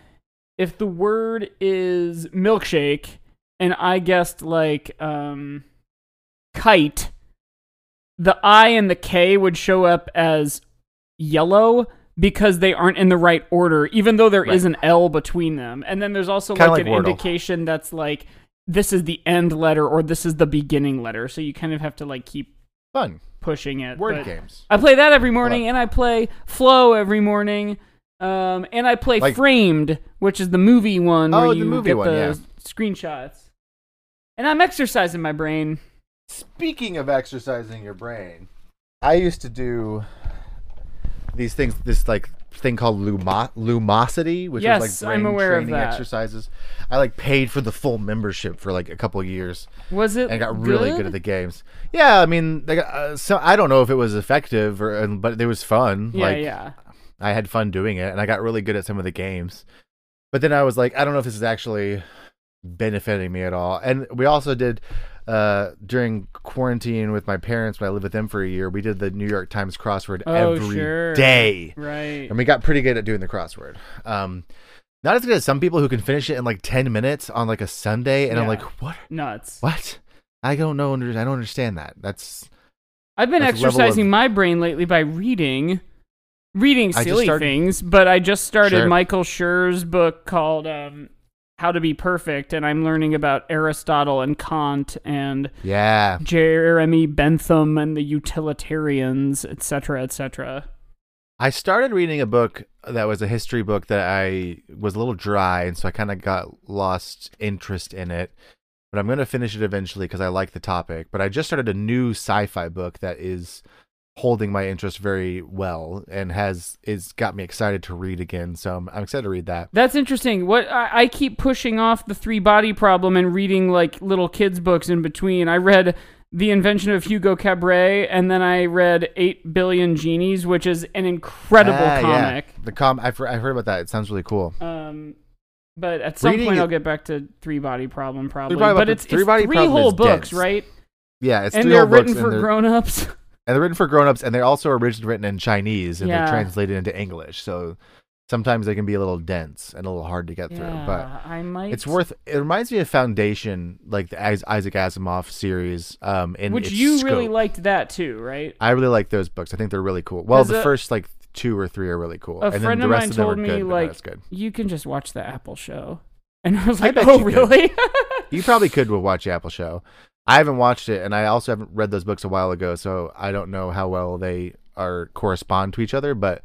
if the word is milkshake and I guessed like um kite, the I and the K would show up as yellow because they aren't in the right order, even though there is
Right.
an L between them. And then there's also
Kinda
like,
like
an
Wordle.
indication that's like this is the end letter or this is the beginning letter. So you kind of have to like keep
Fun
pushing it.
word
but-
games.
I play that every morning,
Like-
and I play Flow every morning, um, and I play
Like-
Framed, which is the movie one
Oh,
where
the
you
movie
get
one,
the
yeah.
screenshots. And I'm exercising my brain.
Speaking of exercising your brain, I used to do these things. This like thing called lumo- lumosity, which
Yes,
was like brain
I'm aware of
training
that.
exercises. I like paid for the full membership for like a couple of years.
Was it?
and got really good at the games. Yeah, I mean, they got, uh, so I don't know if it was effective or, and, but it was fun.
Yeah,
like
yeah.
I had fun doing it, and I got really good at some of the games. But then I was like, I don't know if this is actually benefiting me at all. And we also did uh, during quarantine with my parents when I lived with them for a year. We did the New York Times crossword
Oh,
every day,
sure. Right.
and we got pretty good at doing the crossword. Um, not as good as some people who can finish it in like ten minutes on like a Sunday, and I'm
Yeah.
like, what?
Nuts.
What? I don't know. under- I don't understand that. That's
I've been
That's a level
exercising
of-
my brain lately by reading, reading
I just
silly
started-
things. But I just started
Sure.
Michael Schur's book called um, "How to Be Perfect," and I'm learning about Aristotle and Kant and
yeah.
Jeremy Bentham and the utilitarians, etc., etc.
I started reading a book that was a history book that I was a little dry, and so I kind of got lost interest in it. But I'm going to finish it eventually because I like the topic. But I just started a new sci-fi book that is holding my interest very well and has is got me excited to read again. So I'm, I'm excited to read that.
That's interesting. What I, I keep pushing off the three body problem and reading like little kids books in between. I read The Invention of Hugo Cabret and then I read 8 Billion Genies, which is an incredible
Ah, yeah.
comic.
The com I've, he- I've heard about that. It sounds really cool.
Um but at some
Reading
point
it-
I'll get back to three body problem probably.
Body
but
Problem-
it's, it's
Three Body
three
Problem
whole
is
books,
dense.
right?
Yeah, it's
and
three
they're
whole books
written
and
for
they're-
grown-ups.
and they're written for grown-ups and they're also originally written in chinese and
Yeah.
they're translated into english so sometimes they can be a little dense and a little hard to get through but
Yeah, I might
it's worth it reminds me of foundation like the Is- isaac asimov series um in
Which
its
you really
scope.
liked that too, right?
i really like those books i think they're really cool well
'Cause
the
a-
first like two or three are really cool
a
and then
friend
the
of
rest
mine
of them
told
are
me
good but
like
that's good
you can just watch the Apple Show, and I was
I
like,
bet
oh
you could.
really?
you probably could with watch the apple show i haven't watched it and i also haven't read those books a while ago so i don't know how well they are correspond to each other but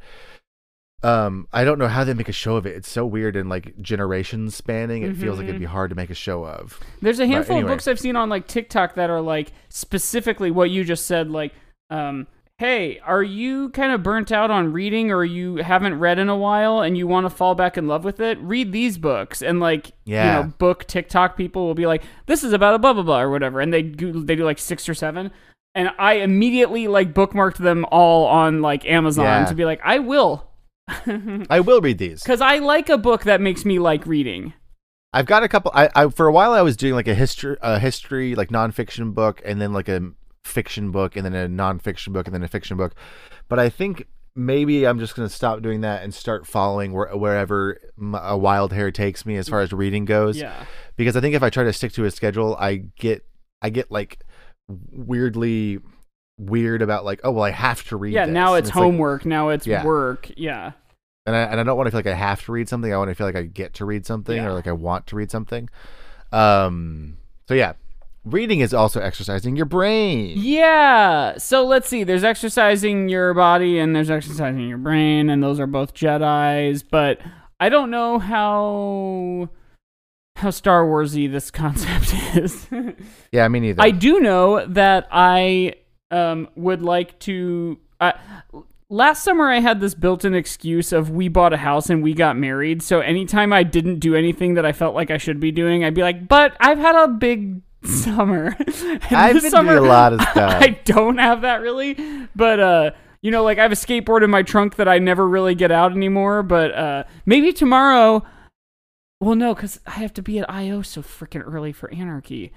um i don't know how they make a show of it it's so weird and like generations spanning it feels like it'd be hard to make a show of
There's a
But
handful
anyway.
of books I've seen on like TikTok that are like specifically what you just said, like, um, hey, are you kind of burnt out on reading or you haven't read in a while and you want to fall back in love with it? Read these books and like,
Yeah.
you know, book TikTok people will be like, this is about a blah blah blah or whatever, and they do, they do like six or seven. And I immediately like bookmarked them all on like Amazon
Yeah.
to be like, I will
i will read these
Because I like a book that makes me like reading.
I've got a couple. I, I for a while I was doing like a history, a history like nonfiction book, and then like a fiction book, and then a nonfiction book, and then a fiction book. But I think maybe I'm just gonna stop doing that and start following where, wherever m- a wild hair takes me as far as reading goes.
Yeah.
Because I think if I try to stick to a schedule, I get I get like weirdly weird about like oh well I have to read.
Yeah,
this.
now
And
it's,
like-
homework. now it's
Yeah.
work. Yeah.
and I, and I don't want to feel like I have to read something. I want to feel like I get to read something
Yeah.
or like I want to read something. Um. So yeah, reading is also exercising your brain.
Yeah. So let's see. There's exercising your body and there's exercising your brain, and those are both Jedi's. But I don't know how how Star Warsy this concept is.
Yeah, me neither.
I do know that I um, would like to. Uh, last summer, I had this built in excuse of we bought a house and we got married. So anytime I didn't do anything that I felt like I should be doing, I'd be like, but I've had a big summer. And
I've
this
been doing a lot of stuff.
I don't have that really. But, uh, you know, like I have a skateboard in my trunk that I never really get out anymore. But uh, maybe tomorrow. Well, no, because I have to be at IO so freaking early for Anarchy.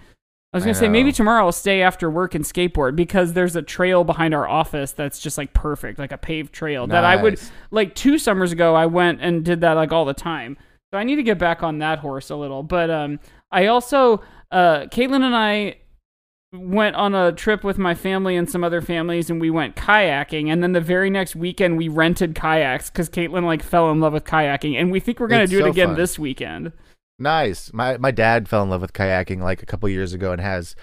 I was
I
gonna say
know.
maybe tomorrow I'll stay after work and skateboard because there's a trail behind our office that's just like perfect, like a paved trail that I would
Nice.
like two summers ago I went and did that like all the time. So I need to get back on that horse a little. But um I also uh Caitlin and I went on a trip with my family and some other families and we went kayaking and then the very next weekend we rented kayaks because Caitlin like fell in love with kayaking and we think we're gonna
It's
do it
so
again
fun.
this weekend.
nice. My my dad fell in love with kayaking like a couple years ago and has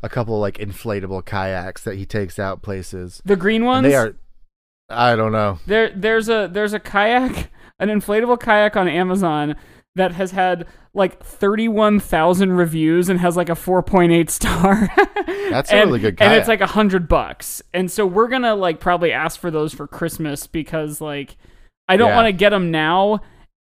a couple like inflatable kayaks that he takes out places.
The green ones
And they are. I don't know.
There, there's a there's a kayak, an inflatable kayak on Amazon that has had like 31,000 reviews and has like a 4.8 star.
That's a
And-
really good
And it's like
kayak.
a hundred bucks. And so we're gonna like probably ask for those for Christmas because like I don't
Yeah.
want to get them now,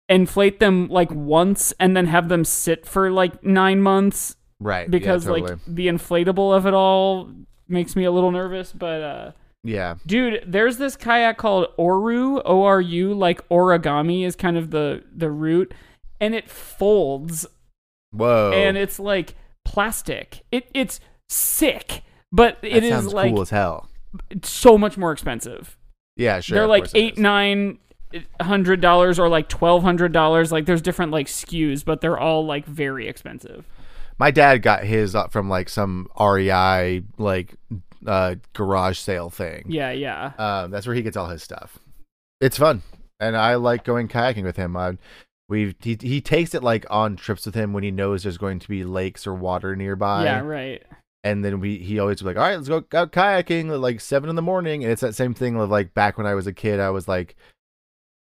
inflate them like once and then have them sit for like nine months
Right.
because
yeah, totally.
like the inflatable of it all makes me a little nervous. But uh,
yeah.
Dude, there's this kayak called Oru, O R U, like origami is kind of the the root, and it folds
Whoa.
and it's like plastic. It it's sick, but
that
it is
sounds
like
cool as hell.
it's so much more expensive.
Yeah, sure.
They're
of
like
course it
eight,
is.
nine hundred dollars or like twelve hundred dollars. Like there's different like SKUs, but they're all like very expensive.
my dad got his uh, from like some REI like uh, garage sale thing.
Yeah, yeah.
Um, that's where he gets all his stuff. It's fun, and I like going kayaking with him. I, we he he takes it like on trips with him when he knows there's going to be lakes or water nearby.
yeah, right.
And then we he always was like, all right, let's go out kayaking at like seven in the morning. And it's that same thing of like back when I was a kid, I was like,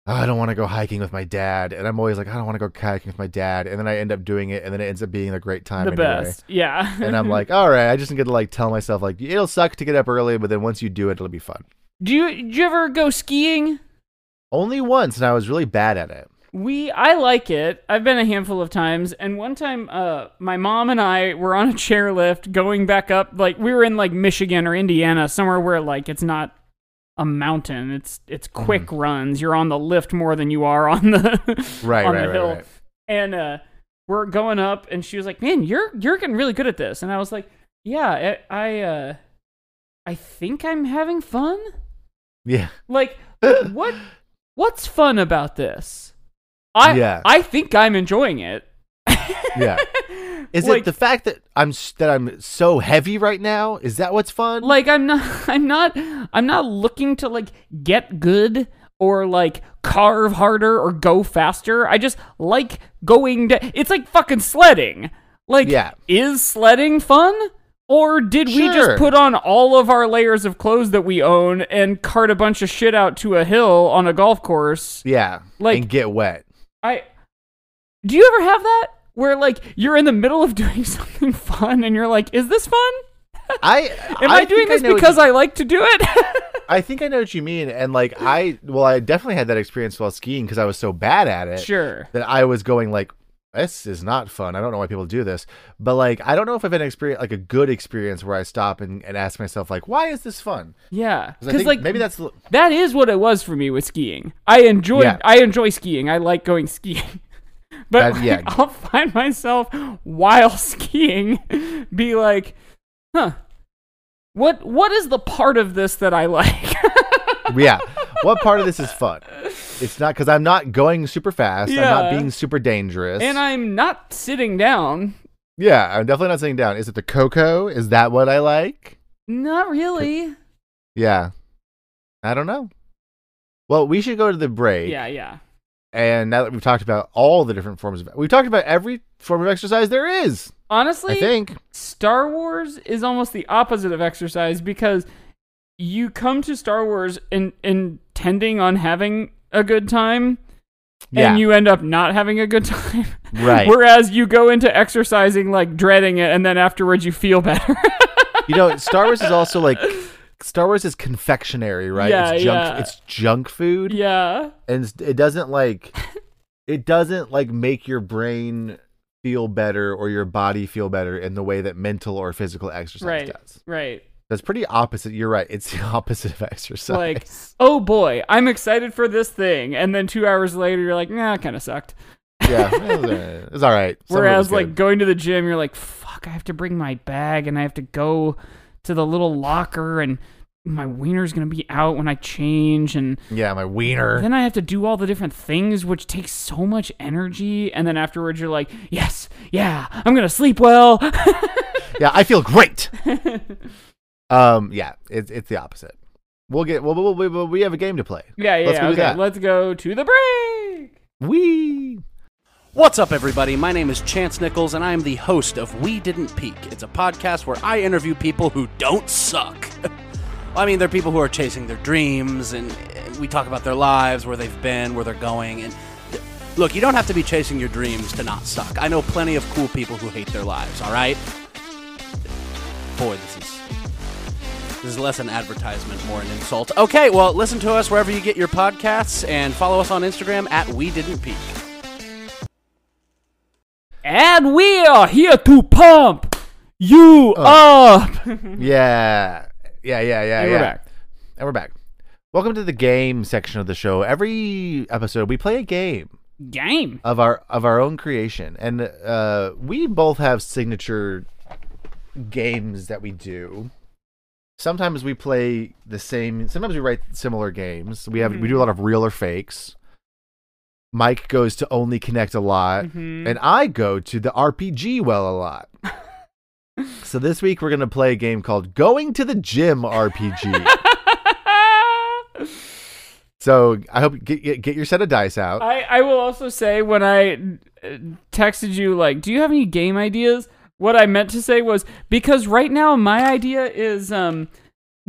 "Oh, I don't want to go hiking with my dad, and I'm always like, I don't want to go kayaking with my dad, and then I end up doing it, and then it ends up being a great time.
The
anyway.
best. Yeah.
and I'm like, all right, I just get to like tell myself like it'll suck to get up early, but then once you do it, it'll be fun.
do you do you ever go skiing?
Only once, and I was really bad at it.
We I like it. I've been a handful of times and one time uh my mom and I were on a chairlift going back up like we were in like Michigan or Indiana somewhere where like it's not a mountain. It's it's
Mm-hmm.
quick runs. You're on the lift more than you are on the
Right,
on
right,
the
right,
hill.
right.
And uh, we're going up, and she was like, "Man, you're you're getting really good at this." And I was like, "Yeah, I I, uh, I think I'm having fun.
Yeah,
Like, what what's fun about this? I
Yeah.
I think I'm enjoying it.
yeah. Is
Like-
it the fact that I'm s- that I'm so heavy right now? Is that what's fun?
Like, I'm not I'm not I'm not looking to like get good." Or like carve harder or go faster. I just like going. To, it's like fucking sledding. Like
yeah,
is sledding fun? Or did we
Sure.
just put on all of our layers of clothes that we own and cart a bunch of shit out to a hill on a golf course?
yeah.
Like-
and get wet.
I Do you ever have that where like you're in the middle of doing something fun and you're like, "Is this fun?
I
Am I, doing this because I like to do it?"
I think I know what you mean. And like I, well, I definitely had that experience while skiing because I was so bad at it.
sure.
that I was going like this is not fun. I don't know why people do this. But like I don't know if I've had an experience like a good experience where I stop and, and ask myself like why is this fun?
Yeah.
'Cause I think
like
maybe that's the-
that is what it was for me with skiing. I enjoy
Yeah.
I enjoy skiing. I like going skiing. But
That- yeah.
like, I'll find myself while skiing be like, "Huh. What what is the part of this that I like?"
yeah. What part of this is fun? It's not because I'm not going super fast. I'm not
Yeah.
being super dangerous.
and I'm not sitting down.
yeah, I'm definitely not sitting down. Is it the cocoa? Is that what I like?
Not really.
Yeah. I don't know. Well, we should go to the break.
Yeah, yeah.
And now that we've talked about all the different forms of, we've talked about every form of exercise there is.
Honestly,
I think.
Star Wars is almost the opposite of exercise because you come to Star Wars in, intending on having a good time
Yeah.
and you end up not having a good time.
Right.
Whereas you go into exercising like dreading it and then afterwards you feel better.
you know, Star Wars is also like Star Wars is confectionery, right?
Yeah,
it's junk
yeah.
it's junk food
yeah.
and it's- it doesn't like it doesn't like make your brain feel better or your body feel better in the way that mental or physical exercise
Right.
does.
Right.
That's pretty opposite. You're right. It's the opposite of exercise.
Like, oh boy, I'm excited for this thing. And then two hours later, you're like, nah, kind of sucked.
yeah, it was all right. It's all right. Some of it was
Whereas,
good.
like, going to the gym, you're like, fuck, I have to bring my bag and I have to go to the little locker and my wiener's going to be out when I change. And
yeah, my wiener.
then I have to do all the different things, which takes so much energy. And then afterwards, you're like, yes, yeah, I'm going to sleep well.
yeah, I feel great. um, yeah, it's it's the opposite. We'll get well, well, well, well, we have a game to play.
Yeah, yeah.
Let's go
okay,
do that.
let's go to the break.
We
What's up, everybody? My name is Chance Nichols, and I am the host of We Didn't Peak. It's a podcast where I interview people who don't suck. I mean, they're people who are chasing their dreams, and and we talk about their lives, where they've been, where they're going. And th- look, you don't have to be chasing your dreams to not suck. I know plenty of cool people who hate their lives. All right, boy, this is this is less an advertisement, more an insult. Okay, well, listen to us wherever you get your podcasts, and follow us on Instagram at We Didn't Peak.
And we are here to pump you
Oh.
up.
Yeah. Yeah, yeah, yeah,
Mm-hmm. And
yeah.
we're back.
And we're back. Welcome to the game section of the show. Every episode we play a game
Game.
of our of our own creation. And uh we both have signature games that we do. Sometimes we play the same sometimes we write similar games. We have we do a lot of real or fakes. Mike goes to only connect a lot, and I go to the RPG well a lot. so this week we're gonna play a game called Going to the Gym RPG. so I hope get, get get your set of dice out.
I, I will also say when I uh, texted you, like, do you have any game ideas? What I meant to say was because right now my idea is um,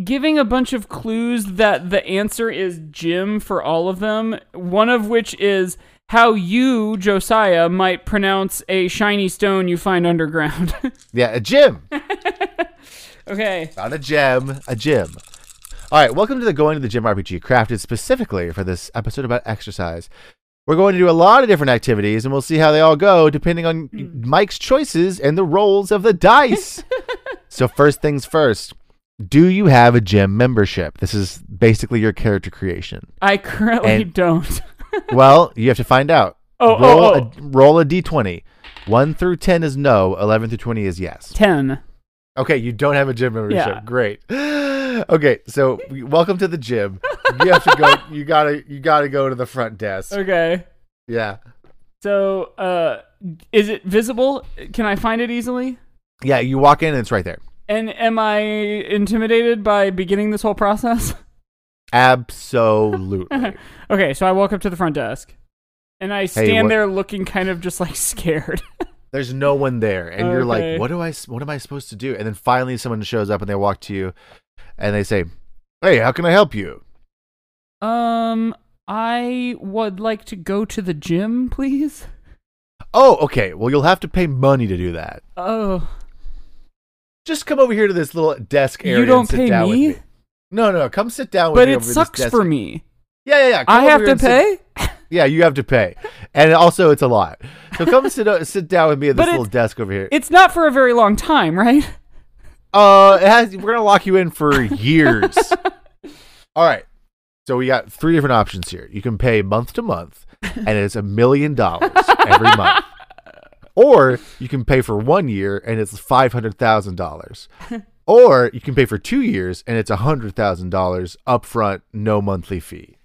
giving a bunch of clues that the answer is Jim for all of them, one of which is how you, Josiah, might pronounce a shiny stone you find underground.
yeah, a gym.
okay.
Not a gem, a gym. All right, welcome to the Going to the Gym RPG, crafted specifically for this episode about exercise. We're going to do a lot of different activities, and we'll see how they all go depending on
Hmm.
Mike's choices and the rolls of the dice. so, first things first, do you have a gym membership? This is basically your character creation.
I currently
And-
don't.
Well, you have to find out.
Oh, oh,
roll,
oh.
A, roll a d20. 1 through 10 is no, 11 through 20 is yes.
10.
Okay, you don't have a gym membership.
Yeah.
Great. Okay, so we- welcome to the gym. You have to go. You gotta. You gotta go to the front desk.
Okay.
Yeah.
So, uh, is it visible? Can I find it easily?
Yeah. You walk in and it's right there.
And am I intimidated by beginning this whole process?
Absolutely.
okay, so I walk up to the front desk and I stand
what-
there looking kind of just like scared.
There's no one there, and you're
Okay.
like, "What do I? s- What am I supposed to do?" And then finally, someone shows up and they walk to you, and they say, "Hey, how can I help you?"
um, I would like to go to the gym, please.
Oh, okay. Well, you'll have to pay money to do that.
Oh,
Just come over here to this little desk
You
area.
don't
and sit
pay
down
me?
With me. No, no. Come sit down with
but
me.
it
over at this
sucks
desk.
for me.
Yeah, yeah, yeah. Come
I
over
have
here
to
and sit
pay,
Yeah, you have to pay, and also it's a lot. So come sit sit down with me at
But
this little
it's-
desk over here.
it's not for a very long time, right?
uh, it has, we're gonna lock you in for years. All right. So we got three different options here. You can pay month to month, and it's a million dollars every month. Or you can pay for one year, and it's five hundred thousand dollars. Or you can pay for two years, and it's hundred thousand dollars upfront, no monthly fee.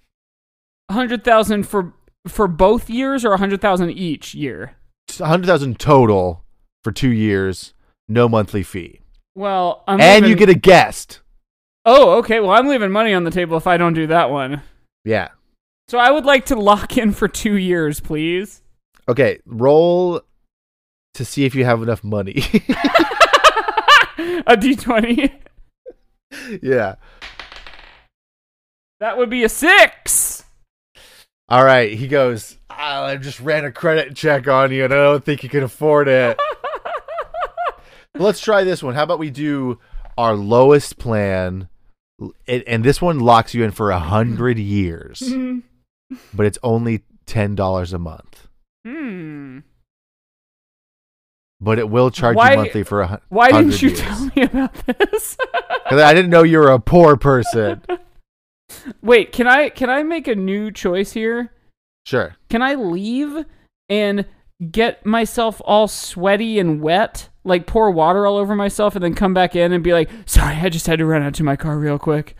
100,000 for for both years or 100,000 each year.
Hundred thousand total for two years, no monthly fee.
Well, I'm
and you
leaving-
get a guest.
Oh, okay. Well, I'm leaving money on the table if I don't do that one.
Yeah.
So I would like to lock in for two years, please.
Okay. Roll to see if you have enough money.
A d20.
yeah.
That would be a six.
All right. He goes. "Ah, I just ran a credit check on you, and I don't think you can afford it. Let's try this one. How about we do our lowest plan? It, and this one locks you in for a hundred years,
Hmm.
but it's only ten dollars a month.
Hmm.
But it will charge
Why-
you monthly for a hun-
Why
100
didn't you
years.
tell me about this?
'Cause I didn't know you were a poor person.
Wait, can I can I make a new choice here?
sure.
Can I leave and get myself all sweaty and wet, like pour water all over myself and then come back in and be like, "Sorry, I just had to run out to my car real quick."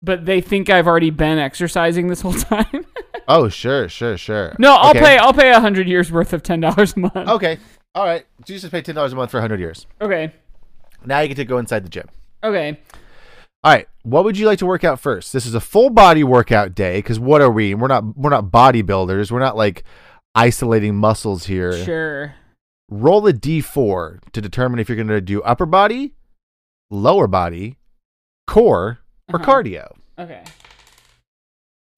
But they think I've already been exercising this whole time.
Oh, sure, sure, sure.
No, I'll
Okay. Oh,
pay. I'll pay a hundred years worth of ten dollars a month.
Okay. All right. So you just pay ten dollars a month for hundred years.
Okay.
Now you get to go inside the gym.
Okay.
All right. What would you like to work out first? This is a full body workout day because what are we? We're not. We're not bodybuilders. We're not like isolating muscles here.
Sure.
Roll a D four to determine if you're going to do upper body, lower body, core, or
Uh-huh.
cardio.
Okay.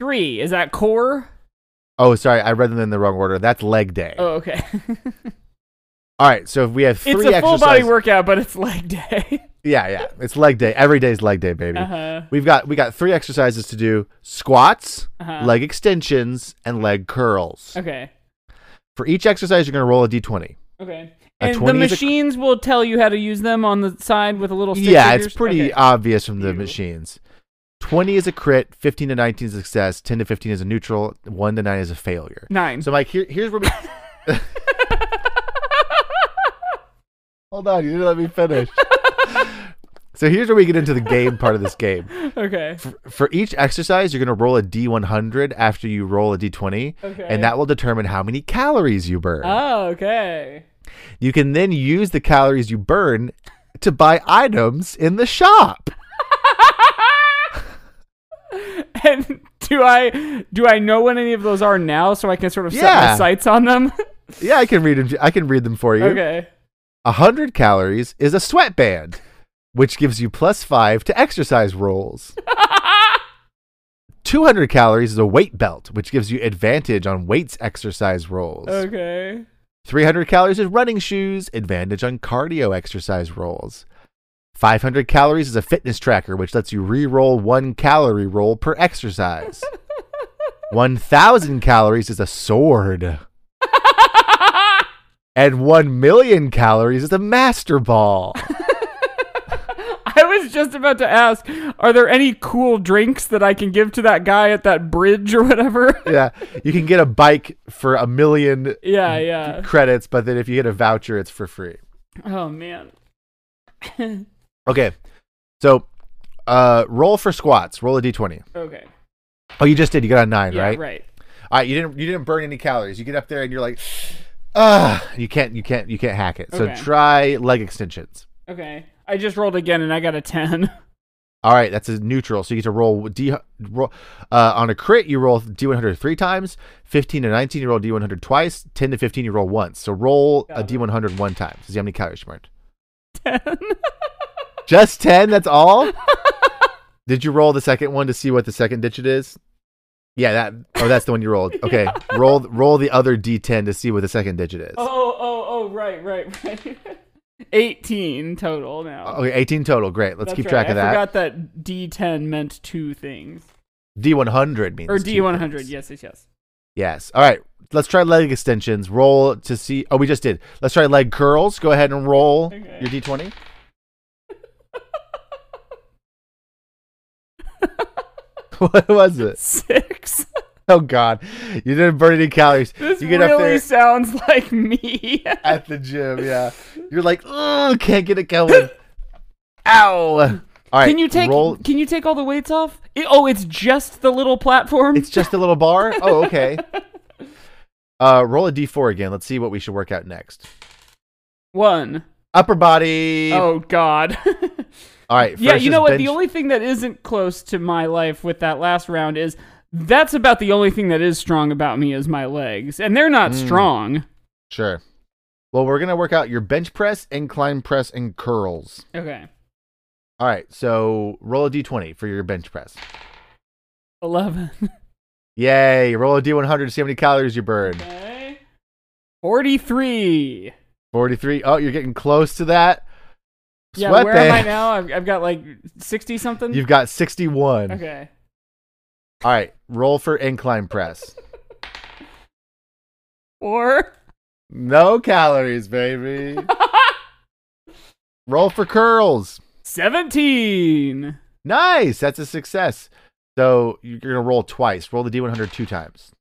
Three is that core?
Oh, sorry, I read them in the wrong order. That's leg day.
Oh, okay.
All right. So if we have three
it's a full body
exercises-
workout, but it's leg day.
Yeah, yeah. It's leg day. Every day's leg day, baby.
Uh-huh.
We've got we got three exercises to do: squats,
Uh-huh.
leg extensions, and leg curls.
Okay.
For each exercise, you're going to roll a d20.
Okay.
A
And the
20 is a-
machines will tell you how to use them on the side with a little. Stick
Yeah,
figures?
it's pretty
Okay.
obvious from the
Ew.
machines. 20 is a crit, 15 to 19 is success, 10 to 15 is a neutral, 1 to 9 is a failure.
Nine.
So, Mike, here, here's where we. Hold on, you didn't let me finish. So here's where we get into the game part of this game.
Okay.
For each exercise, you're going to roll a d100 after you roll a d20,
Okay.
and that will determine how many calories you burn.
Oh, okay.
You can then use the calories you burn to buy items in the shop.
And do I do I know what any of those are now so I can sort of set my
Yeah.
sights on them?
Yeah, I can read them. I can read them for you.
okay.
100 calories is a sweatband, which gives you plus 5 to exercise rolls. 200 calories is a weight belt, which gives you advantage on weights exercise rolls.
Okay.
300 calories is running shoes, advantage on cardio exercise rolls. 500 calories is a fitness tracker, which lets you re roll one calorie roll per exercise. 1,000 calories is a sword. and 1 million calories is a master ball.
I was just about to ask, are there any cool drinks that I can give to that guy at that bridge or whatever?
yeah, you can get a bike for a million
yeah, yeah.
credits, but then if you get a voucher, it's for free.
Oh man.
Okay, so uh, roll for squats. Roll a d20.
Okay.
Oh, you just did. You got a nine,
Yeah,
right?
right.
All right, you didn't you didn't burn any calories. You get up there and you're like, ah, you can't you can't you can't hack it. So
Okay.
try leg extensions.
Okay. I just rolled again and I got a 10.
All right, that's a neutral. So you get to roll d roll uh, on a crit. You roll d100 three times. Fifteen to nineteen, you roll d100 twice. Ten to fifteen, you roll once. So roll a
Got it.
d100 one time. See how many calories you burned.
10.
Just ten. That's all. Did you roll the second one to see what the second digit is? Yeah, that. Oh, that's the one you rolled. Okay, roll roll the other d10 to see what the second digit is.
Oh, oh, oh, right, right, right. 18 total now.
Okay, 18 total. Great. Let's
That's
Oh, keep
right.
track of
I
that.
forgot that D10 meant two things.
D100 means
Or
two
D100,
things.
yes, yes, yes.
Yes. All right. Let's try leg extensions. Roll to see. Oh, we just did. Let's try leg curls. Go ahead and roll
Okay.
your D20. what was it?
Six.
Oh God, you didn't burn any calories.
This
you get
really
up there
sounds like me.
at the gym. Yeah, you're like, oh, can't get it going. Ow! All right.
can you take
roll-
can you take all the weights off? It- oh, it's just the little platform.
It's just a little bar. Oh, okay. Uh, roll a d4 again. Let's see what we should work out next.
one.
Upper body.
Oh god.
All right.
yeah,
first
you know
is
what? The
bench-
only thing that isn't close to my life with that last round is that's about the only thing that is strong about me is my legs, and they're
Hmm.
not strong.
Sure. Well, we're gonna work out your bench press, incline press, and curls.
Okay,
All right. So roll a d20 for your bench press.
eleven.
Yay! Roll a d100 to see how many calories you burn.
Okay. Forty-three.
43. Oh, you're getting close to that.
Yeah, where am I
Sweatband.
now? I've, I've got like sixty something.
You've got 61.
okay.
All right. Roll for incline press.
Four.
no calories, baby. roll for curls.
Seventeen.
Nice. That's a success. So you're going to roll twice. Roll the D100 two times.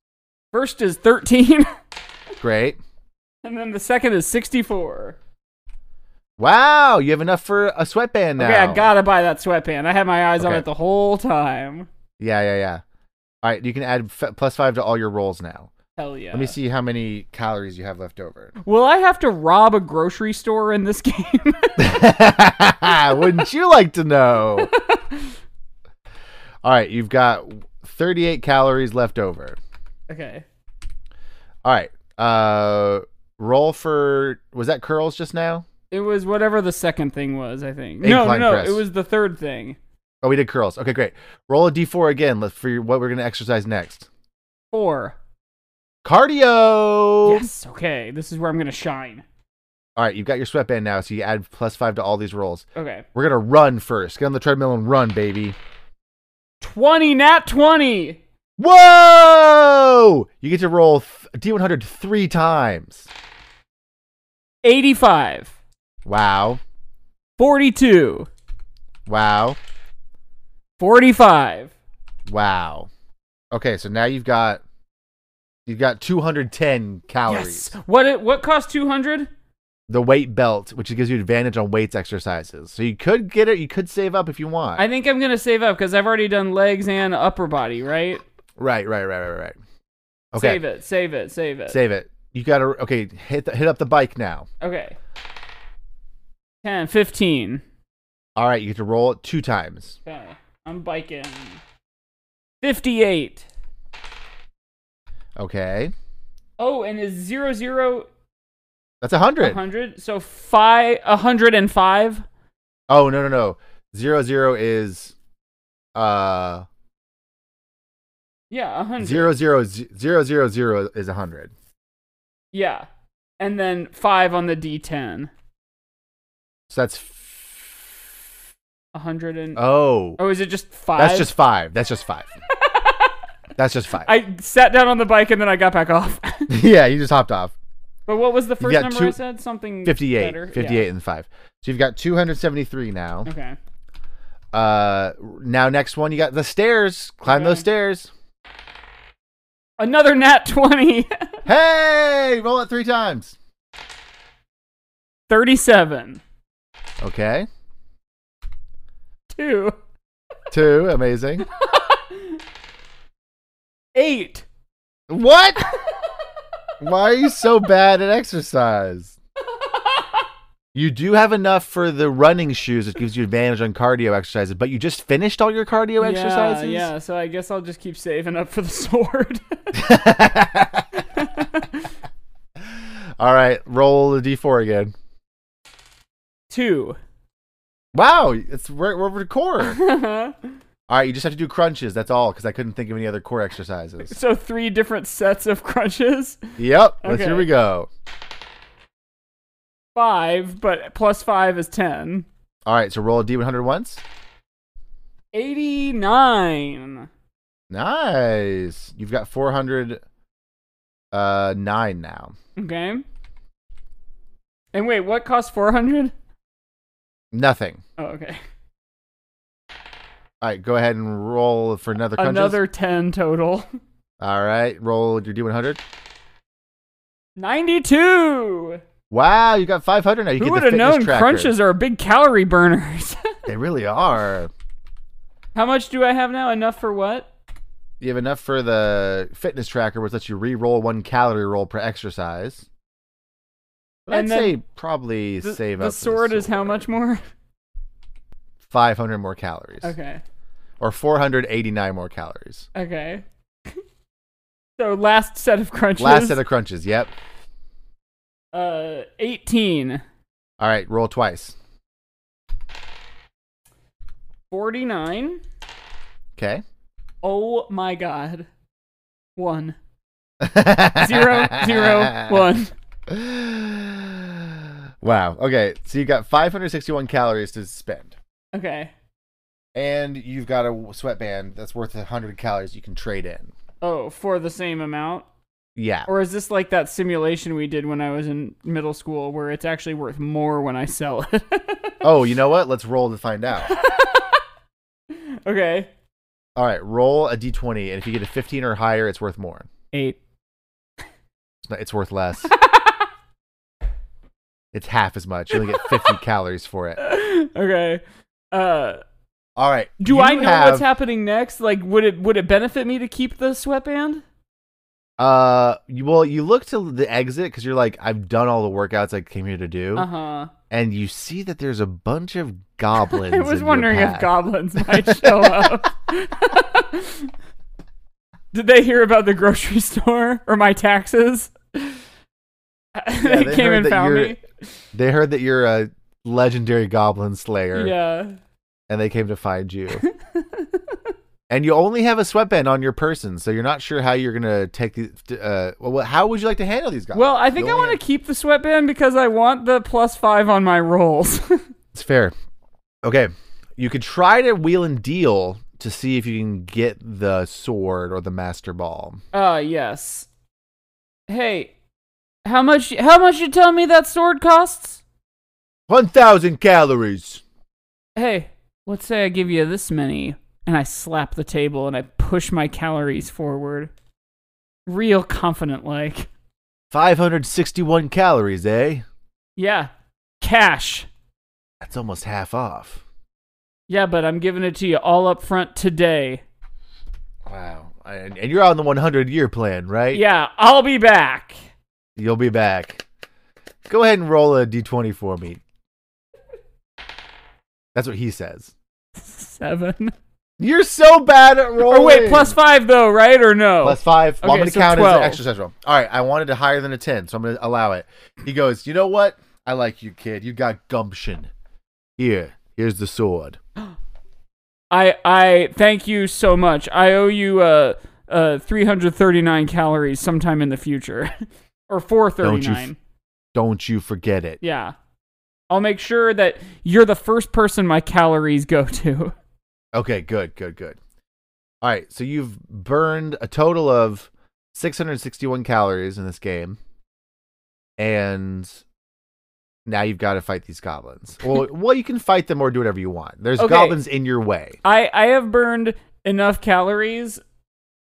First is thirteen,
Great.
and then the second is sixty-four.
Wow. You have enough for a sweatband now.
Okay, I gotta buy that sweatband. I had my eyes on
Okay.
it the whole time.
Yeah, yeah, yeah. All right. You can add f- plus five to all your rolls now.
Hell yeah.
Let me see how many calories you have left over.
Will I have to rob a grocery store in this game?
Wouldn't you like to know? All right. You've got 38 calories left over.
okay.
All right. Uh, roll for. Was that curls just now?
It was whatever the second thing was, I think. no, no,
Incline
no.
press.
It was the third thing.
Oh, we did curls. Okay, great. Roll a d4 again let- for your- what we're going to exercise next.
Four.
Cardio.
Yes. Okay. This is where I'm gonna shine.
All right, you've got your sweatband now, so you add plus five to all these rolls.
Okay.
We're gonna run first. Get on the treadmill and run, baby.
Twenty. Nat twenty.
Whoa! You get to roll th- D100 three times.
Eighty-five.
Wow!
Forty-two.
Wow!
Forty-five.
Wow! Okay, so now you've got you've got 210 calories.
Yes. What? It, what cost two hundred?
the weight belt, which gives you advantage on weights exercises. So you could get it. You could save up if you want.
I think I'm gonna save up because I've already done legs and upper body, right?
right, right, right, right, right. Okay,
Save it, save it, save it.
Save it. You gotta okay. Hit the, hit up the bike now.
Okay. 10, 15.
All right, you get to roll it two times.
Okay. I'm biking. 58.
Okay,
Oh, and is 00
that's a hundred.
100? So five, 105?
Oh no no no. Zero zero is uh
Yeah, 100.
zero zero z- zero zero zero is a hundred.
Yeah. And then 5 on the D10.
So that's f-
100 and.
oh.
oh, is it just 5?
That's just five. That's just five. that's just five.
I sat down on the bike and then I got back off.
yeah, you just hopped off.
but what was the first
got
number
two-
I said? Something
58
better? Yeah.
58 and 5 so you've got 273 now
Okay.
uh now next one you got the stairs climb those
Okay.
stairs
Another nat 20.
hey roll it three times
37.
okay
2.
two amazing
8.
what why are you so bad at exercise you do have enough for the running shoes that gives you advantage on cardio exercises but you just finished all your cardio exercises
Yeah, yeah, so I guess I'll just keep saving up for the sword.
all right roll the d4 again
Two.
wow it's we're, we're record
so
All right, you just have to do crunches. That's all, because I couldn't think of any other core exercises.
three different sets of crunches.
yep. Let's, here
Okay.
we go.
Five, but plus five is ten.
All right, so roll a d100 once.
Eighty-nine.
Nice. You've got 409 uh, nine now.
Okay. And wait, what costs four hundred?
Nothing.
Oh, okay.
All right, go ahead and roll for another crunches.
Another ten total.
All right, roll your d100.
Ninety-two.
Wow, you got 500 now. You
Who
get
would
the
have
fitness
known
tracker.
crunches are big calorie burners?
They really are.
How much do I have now? Enough for what?
You have enough for the fitness tracker, which lets you re-roll one calorie roll per exercise. But
And
I'd
then
say probably
The,
save
the
up. for
sword is how
sword.
much more?
500 more calories
Okay.
or 489 more calories.
Okay. so last set of crunches.
Last set of crunches. Yep.
uh, eighteen.
All right, roll twice.
49.
Okay.
Oh my god. One. Zero, zero, one.
Wow. Okay. So you got 561 calories to spend.
Okay.
And you've got a sweatband that's worth 100 calories you can trade in.
Oh, for the same amount?
Yeah.
Or is this like that simulation we did when I was in middle school where it's actually worth more when I sell it?
Oh, you know what? Let's roll to find out.
okay.
All right, roll a d20 and if you get a 15 or higher, it's worth more.
Eight.
It's not- It's worth less. it's half as much. You only get 50 calories for it.
Okay. Uh,
All right.
do
you
I know
have-
what's happening next? Like, would it would it benefit me to keep the sweatband?
Uh, you, well, you look to the exit because you're like, I've done all the workouts I came here to do,
Uh huh.
and you see that there's a bunch of goblins.
I
in
was
your
wondering if
path.
goblins might show up. Did they hear about the grocery store or my taxes? they,
they
came
heard
and
that
found
you're-
me.
They heard that you're a legendary goblin slayer,
Yeah.
and they came to find you. and you only have a sweatband on your person, so you're not sure how you're gonna take the. Uh, well, how would you like to handle these goblins?
Well, I think
You
I
only
want
have-
to keep the sweatband because I want the plus five on my rolls.
It's fair. Okay. You could try to wheel and deal to see if you can get the sword or the master ball.
uh yes. Hey, how much? How much you tell me that sword costs?
1,000 calories.
Hey, let's say I give you this many, and I slap the table and I push my calories forward. Real confident like.
561 calories, eh?
Yeah. Cash.
That's almost half off.
Yeah, but I'm giving it to you all up front today.
Wow. And, and you're on the 100 year plan, right?
Yeah, I'll be back.
You'll be back. Go ahead and roll a d20 for me. That's what he says.
Seven.
You're so bad at rolling.
Or Oh, wait, plus five though, right? Or no?
Plus five. Well, I'm
Okay,
going to
so
count as
12.
an exercise roll. All right, I wanted it higher than a 10, so I'm going to allow it. He goes, You know what? I like you, kid. You got gumption. Here, here's the sword.
I I thank you so much. I owe you uh uh 339 calories sometime in the future, or 439.
Don't you Don't you forget it.
yeah, I'll make sure that you're the first person my calories go to.
Okay, good, good, good. All right, so you've burned a total of 661 calories in this game. And now you've got to fight these goblins. Well, well, you can fight them or do whatever you want. There's
Okay.
goblins in your way.
I I have burned enough calories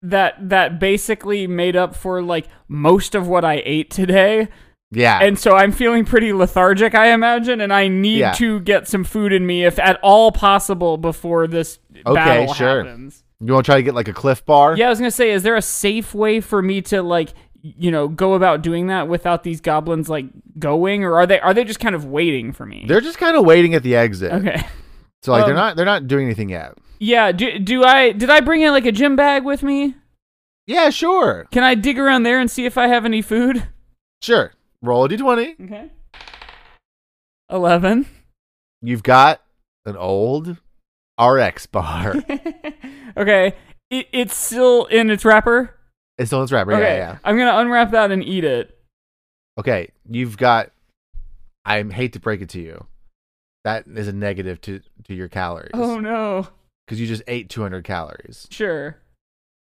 that that basically made up for like most of what I ate today.
Yeah.
And so I'm feeling pretty lethargic, I imagine, and I need
Yeah.
to get some food in me if at all possible before this
Okay,
battle
sure.
happens.
you want to try to get like a cliff bar?
Yeah, I was gonna say, is there a safe way for me to like, you know, go about doing that without these goblins like going, or are they are they just kind of waiting for me?
They're just kind of waiting at the exit.
okay.
So like they're
Um,
not they're not doing anything yet.
Yeah. Do do I did I bring in like a gym bag with me?
Yeah, sure.
Can I dig around there and see if I have any food?
Sure. Roll a d20.
Okay. Eleven.
You've got an old RX bar.
okay. It, it's still in its wrapper.
it's on its wrapper.
Okay.
Yeah, yeah.
I'm gonna unwrap that and eat it.
okay, you've got. I hate to break it to you, that is a negative to to your calories
Oh
because
no.
you just ate 200 calories.
Sure.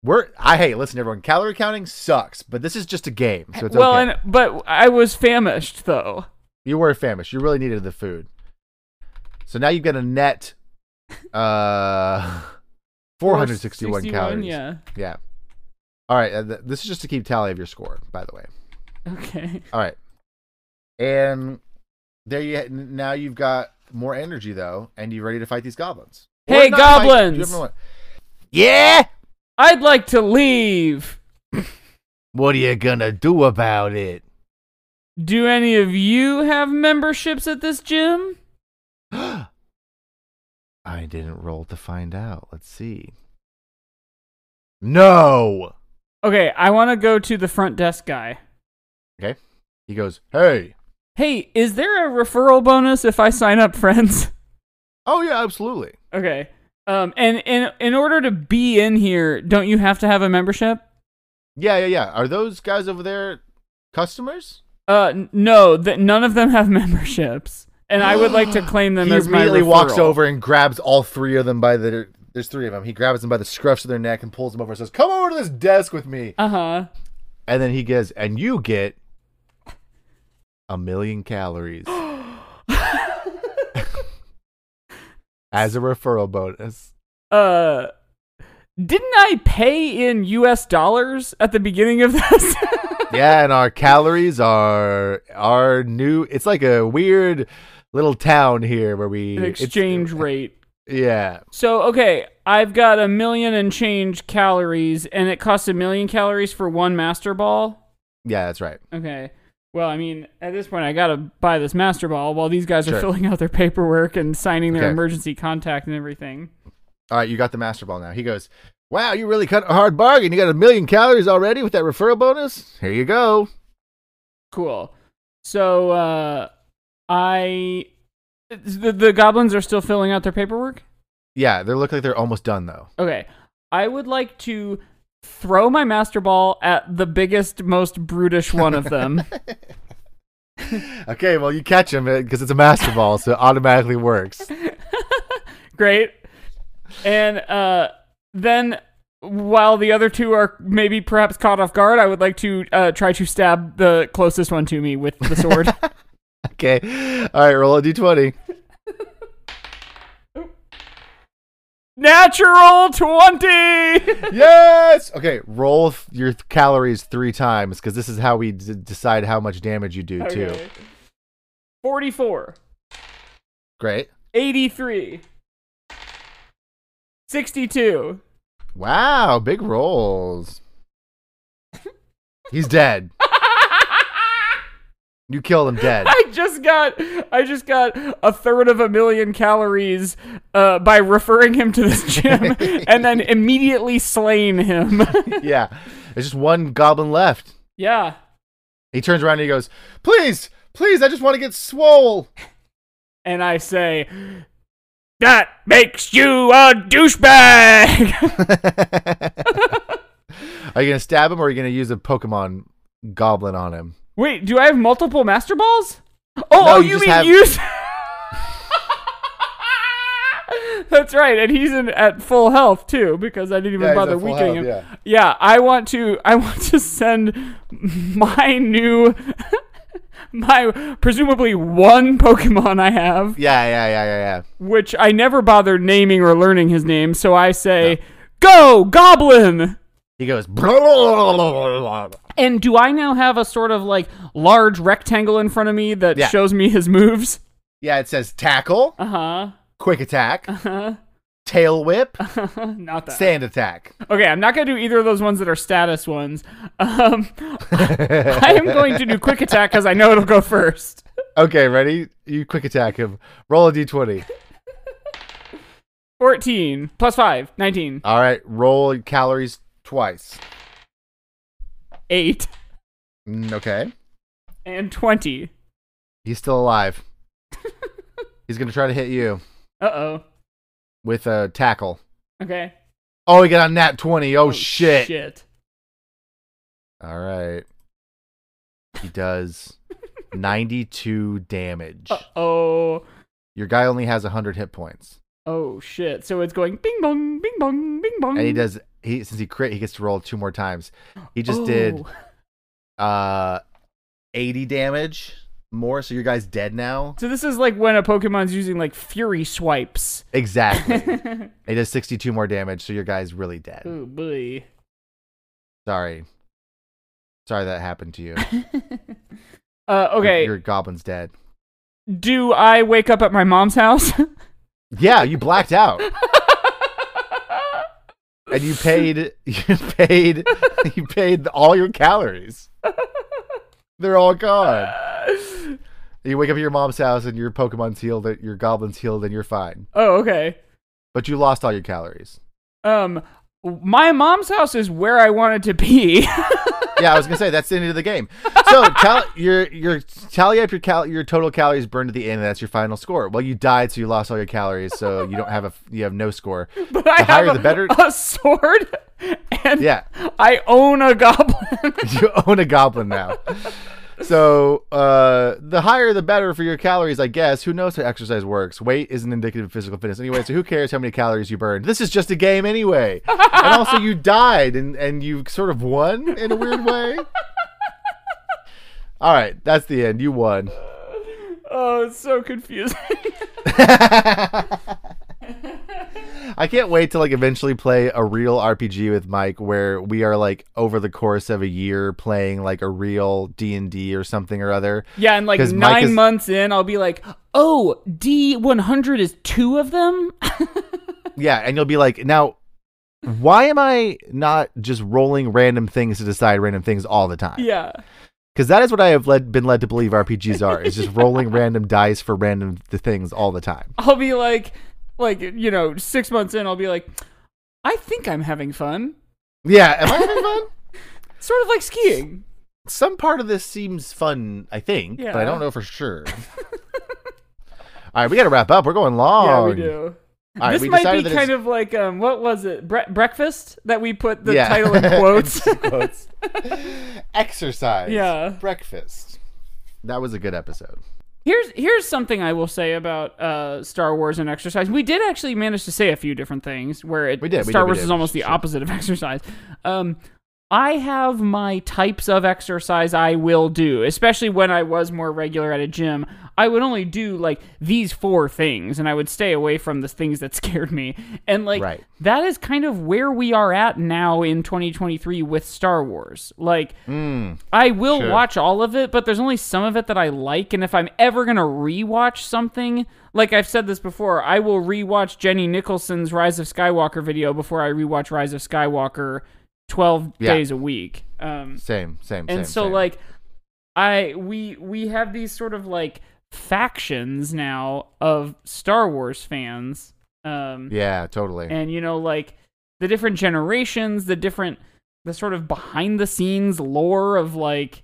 We're I hey, listen, everyone, calorie counting sucks, but this is just a game, so it's
well,
okay.
and but I was famished though.
you were famished. You really needed the food, so now you've got a net, uh, 461 calories.
Yeah.
Yeah. All right. uh, th- this is just to keep tally of your score, by the way.
Okay.
All right. And there you ha- now you've got more energy though, and you're ready to fight these goblins. Or
Hey,
not fight, do
goblins!
whatever you want. yeah.
I'd like to leave.
What are you gonna do about it?
Do any of you have memberships at this gym?
I didn't roll to find out. Let's see. No.
Okay, I want to go to the front desk guy.
Okay. He goes, "Hey.
Hey, is there a referral bonus if I sign up friends?
Oh yeah, absolutely.
Okay. Um and in in order to be in here, don't you have to have a membership?
Yeah, yeah, yeah. Are those guys over there customers?"
Uh n- no, that none of them have memberships. And I would like to claim them
he
as my
immediately walks
referral.
over and grabs all three of them by the. There's three of them. He grabs them by the scruffs of their neck and pulls them over and says, "Come over to this desk with me."
Uh-huh.
And then he gets, and you get a million calories as a referral bonus.
Uh didn't I pay in US dollars at the beginning of this?
Yeah, and our calories are our new. It's like a weird little town here where we
An
it's-
exchange rate.
Yeah,
So okay, I've got a million and change calories, and it costs a million calories for one master ball.
yeah, that's right.
Okay. Well, I mean, at this point, I gotta buy this master ball while these guys are
Sure.
filling out their paperwork and signing their
Okay.
emergency contact and everything.
All right, you got the master ball now. He goes, Wow, you really cut a hard bargain. You got a million calories already with that referral bonus? Here you go.
Cool. So, uh, I the, the goblins are still filling out their paperwork.
Yeah, they look like they're almost done, though.
Okay. I would like to throw my master ball at the biggest, most brutish one of them.
Okay, well, you catch him because it's a master ball, so it automatically works.
great. And uh, then, while the other two are maybe perhaps caught off guard, I would like to uh, try to stab the closest one to me with the sword.
Okay. All right, roll a d20.
Natural twenty.
Yes! Okay, roll th- your th- calories three times because this is how we d- decide how much damage you do, too.
Okay. 44,
Great.
83, 62.
Wow, big rolls. He's dead. You killed him dead.
I just got I just got a third of a million calories uh, by referring him to this gym and then immediately slaying him.
yeah. There's just one goblin left.
yeah.
He turns around and he goes, Please, please, I just want to get swole.
And I say that makes you a douchebag.
Are you going to stab him or are you going to use a Pokemon goblin on him?
Wait, do I have multiple master balls? Oh,
No,
oh,
you
you,
just
mean
have-
use That's right, and he's in at full health too because I didn't even
Yeah, he's
bother
at full
weakening him.
health,
Yeah. I want to I want to send my new my presumably one Pokemon I have,
Yeah, yeah, yeah, yeah, yeah.
which I never bothered naming or learning his name, so I say, "Go, Goblin!"
He goes, Yeah,
And do I now have a sort of like large rectangle in front of me that
Yeah.
shows me his moves?
it says tackle,
Uh huh.
quick attack, tail whip,
Not that.
sand attack.
Okay, I'm not gonna do either of those ones that are status ones. Um, I am going to do quick attack because I know it'll go first.
Okay, ready? You quick attack him. Roll a d20.
14 plus 5, 19,
All right, roll calories twice.
8,
Mm, Okay.
and 20.
He's still alive. He's going to try to hit you
Uh oh.
with a tackle.
Okay.
Oh, he got a nat 20. Oh, shit.
Shit.
All right. He does 92 damage.
Uh oh.
Your guy only has 100 hit points.
Oh shit. So it's going bing bong, bing bong, bing bong.
And he does he since he crit, he gets to roll two more times. He just did
Oh.
uh 80 damage more, so your guy's dead now.
So this is like when a Pokemon's using like fury swipes.
Exactly. he does 62 more damage, so your guy's really dead.
Oh boy.
Sorry. Sorry that happened to you.
Uh, okay.
Your goblin's dead.
Do I wake up at my mom's house?
Yeah, you blacked out. and you paid you paid you paid all your calories. They're all gone. You wake up at your mom's house and your Pokemon's healed, and your goblin's healed, and you're fine.
oh, okay.
But you lost all your calories.
Um, my mom's house is where I wanted to be.
Yeah, I was gonna say that's the end of the game. So cal- your your tally up your cal- your total calories burned at the end. And that's your final score. Well, you died, so you lost all your calories, so you don't have a you have no score.
but I
the higher
have a,
the better.
a sword, and
Yeah.
I own a goblin.
you own a goblin now. So uh, the higher the better for your calories, I guess. Who knows how exercise works? Weight isn't indicative of physical fitness anyway. So who cares how many calories you burned? This is just a game anyway. and also, you died and and you sort of won in a weird way. All right, that's the end. You won.
oh, it's so confusing.
I can't wait to like eventually play a real RPG with Mike where we are like over the course of a year playing like a real D&D or something or other.
yeah, and like
'Cause Mike
nine
is-
months in, I'll be like, oh, D100 is two of them?
Yeah, and you'll be like, "Now, why am I not just rolling random things to decide random things all the time?"
yeah.
Cuz that is what I have led been led to believe RPGs are. Is just rolling random dice for random th- things all the time.
I'll be like, like you know, six months in, I'll be like, I think I'm having fun,
Yeah, am I having fun?
sort of like skiing.
some part of this seems fun, I think, but I
Yeah.
don't know for sure. All right, we got to wrap up. We're going long.
yeah, we do.
All right,
this
we
might be
decided that
kind
it's-
of like um, what was it? Bre- breakfast that we put the
Yeah.
title in quotes.
quotes. Exercise.
Yeah.
Breakfast. That was a good episode.
here's here's something I will say about uh, Star Wars and exercise. We did actually manage to say a few different things where it
We did, we
Star
did, we
Wars
did,
is almost the
sure.
opposite of exercise. Um, I have my types of exercise I will do, especially when I was more regular at a gym. I would only do like these four things and I would stay away from the things that scared me. And like
Right.
that is kind of where we are at now in 2023 with Star Wars. Like
Hmm,
I will watch all of it, but there's only some of it that I like and if I'm ever going to rewatch something, like I've said this before, I will rewatch Jenny Nicholson's Rise of Skywalker video before I rewatch Rise of Skywalker 12
Yeah.
days a week. Um
Same, same, same.
and so
same.
like I we we have these sort of like factions now of Star Wars fans. Um
yeah, totally.
and you know like the different generations, the different the sort of behind the scenes lore of like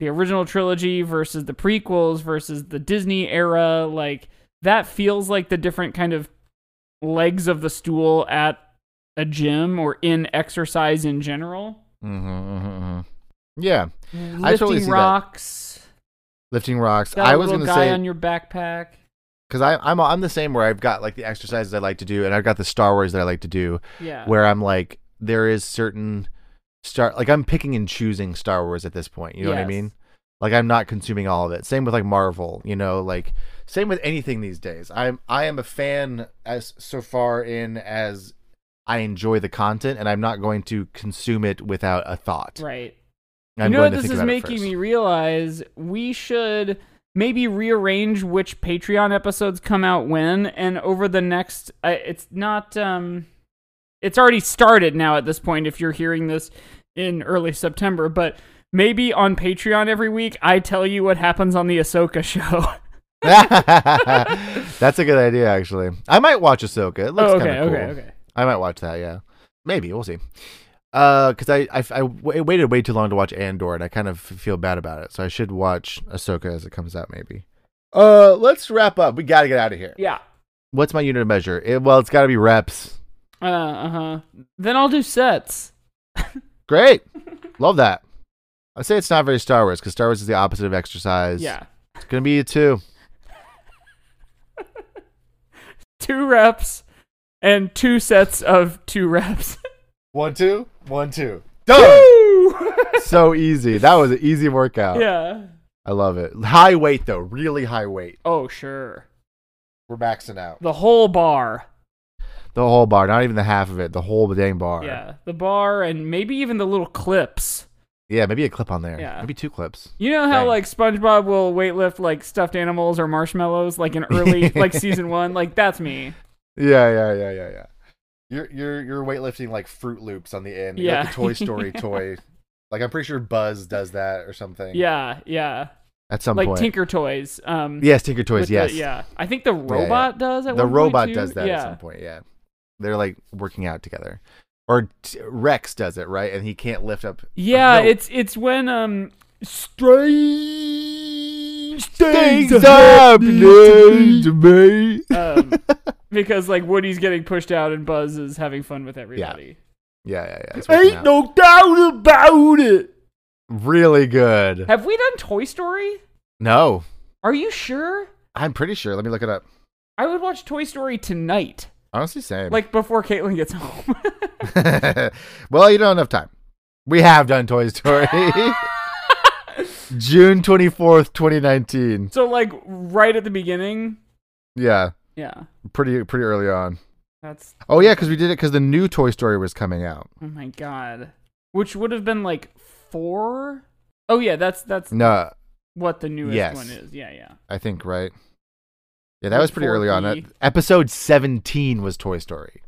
the original trilogy versus the prequels versus the Disney era, like that feels like the different kind of legs of the stool at a gym or in exercise in general.
hmm hmm Yeah,
Lifting
I totally see that.
rocks.
lifting rocks.
Got
I
a
was
little
gonna
guy
say
on your backpack.
because I I'm I'm the same where I've got like the exercises I like to do, and I've got the Star Wars that I like to do.
Yeah.
where I'm like, there is certain star like I'm picking and choosing Star Wars at this point. You know what I
Yes.
mean? Like I'm not consuming all of it. Same with like Marvel, you know, like same with anything these days. I'm I am a fan as so far in as I enjoy the content and I'm not going to consume it without a thought.
right.
I'm
you know
going
what
to
this
think
is
about it
making
first.
me realize? We should maybe rearrange which Patreon episodes come out when, and over the next. I it's not. um It's already started now at this point. If you're hearing this in early September, but maybe on Patreon every week, I tell you what happens on the Ahsoka show.
That's a good idea actually. I might watch Ahsoka. It looks
oh, okay,
kind of cool.
okay, okay.
I might watch that. Yeah, maybe we'll see. Uh, because I, I I w- waited way too long to watch Andor, and I kind of feel bad about it. So I should watch Ahsoka as it comes out, maybe. Uh, let's wrap up. We gotta get out of here.
Yeah.
What's my unit of measure? It, well, it's gotta be reps.
Uh huh. Then I'll do sets.
Great, love that. I say it's not very Star Wars because Star Wars is the opposite of exercise.
Yeah.
it's gonna be a two.
two reps and two sets of two reps.
One two, one two. Done. so easy. That was an easy workout.
yeah.
I love it. High weight though, really high weight.
Oh, sure.
We're maxing out.
The whole bar.
The whole bar, not even the half of it, the whole dang bar.
Yeah. The bar and maybe even the little clips.
Yeah, maybe a clip on there.
Yeah.
Maybe two clips.
You know how
Dang.
like SpongeBob will weightlift like stuffed animals or marshmallows like in early like season 1? Like that's me.
Yeah, yeah, yeah, yeah, yeah. You're you're you're weightlifting like Fruit Loops on the end. You're
Yeah.
Like a Toy Story toy. Like I'm pretty sure Buzz does that or something.
Yeah, yeah.
At some
like
point.
Tinker Toys. Um
yes, Tinker
with
Toys,
the-
yes.
yeah. I think the
yeah.
robot does at
The
one point,
robot
too.
does that
yeah.
at some point, yeah. They're like working out together. Or t- Rex does it, right? And he can't lift up.
Yeah,
no.
it's it's when um strange
Things happening to me.
um, because like Woody's getting pushed out and Buzz is having fun with everybody.
Yeah, yeah, yeah. it's working out.
no doubt about it.
Really good.
Have we done Toy Story?
No,
Are you sure?
I'm pretty sure. Let me look it up.
I would watch Toy Story tonight,
Honestly, same.
like before Caitlin gets home.
well, you don't have enough time. We have done Toy Story. June 24th, 2019.
so like right at the beginning.
Yeah,
Yeah,
pretty pretty early on.
that's
Oh yeah, cuz we did it cuz the new Toy Story was coming out.
oh my god, which would have been like four. Oh yeah, that's that's
No,
what the newest
Yes.
one is. Yeah, yeah.
I think right. Yeah, that was pretty early on.
4D.
That- Episode 17 was Toy Story.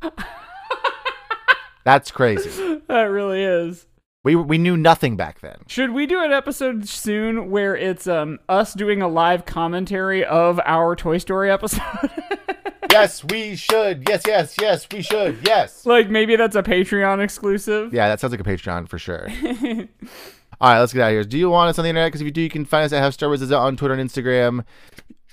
That's crazy.
that really is.
We we knew nothing back then.
Should we do an episode soon where it's um us doing a live commentary of our Toy Story episode?
Yes, we should. Yes, yes, yes, we should. Yes.
like maybe that's a Patreon exclusive.
Yeah, that sounds like a Patreon for sure. All right, let's get out of here. Do you want us on the internet? Because if you do, you can find us at Half Star Wars is out on Twitter and Instagram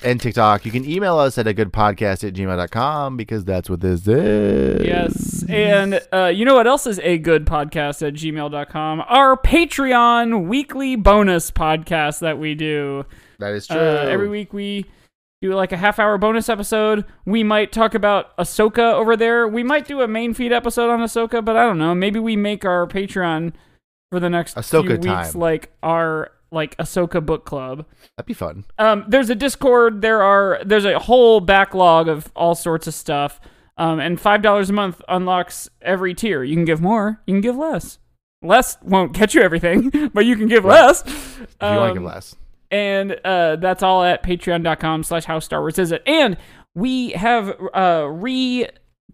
and TikTok. You can email us at a good podcast at gmail.com because that's what this is.
Yes. And uh, you know what else is a good podcast at gmail.com? Our Patreon weekly bonus podcast that we do.
That is true.
Uh, every week we do like a half hour bonus episode. We might talk about Ahsoka over there. We might do a main feed episode on Ahsoka, but I don't know. Maybe we make our Patreon for the next
Ahsoka
few weeks,
time.
like our like Ahsoka book club.
That'd be fun.
Um, there's a Discord. There are there's a whole backlog of all sorts of stuff. Um, and five dollars a month unlocks every tier. You can give more. You can give less. Less won't get you everything, but you can give less.
If you want to
Um,
give less.
and uh, that's all at patreon.com slash how star wars is it and we have uh, re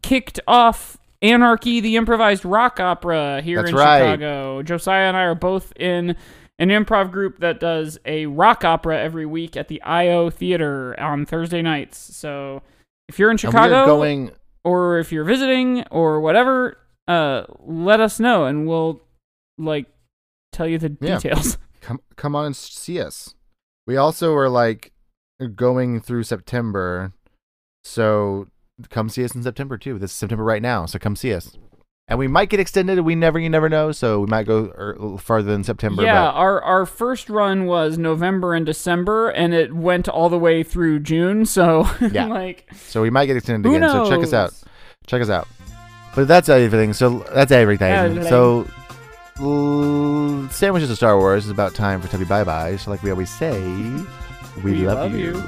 kicked off anarchy the improvised rock opera here
That's
in
right.
chicago josiah and i are both in an improv group that does a rock opera every week at the io theater on thursday nights so if you're in
and we
chicago
are going
or if you're visiting or whatever uh, let us know and we'll like tell you the
Yeah.
details
come come on and s- see us. We also are like going through September, so come see us in September too. This is September right now, so come see us. And we might get extended. We never, you never know. So we might go er, a little farther than September.
Yeah,
but
our our first run was November and December, and it went all the way through June. So
Yeah.
like
so we might get extended
who
again.
knows?
So check us out. Check us out. But that's everything. So that's everything.
Everything.
So l- sandwiches of Star Wars is about time for Tubby Bye Bye. So like we always say, we,
We
love,
love
you.
you.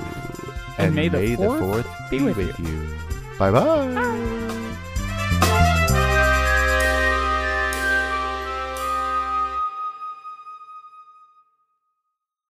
And may the fourth
fourth
be with
you. Bye bye.
Bye.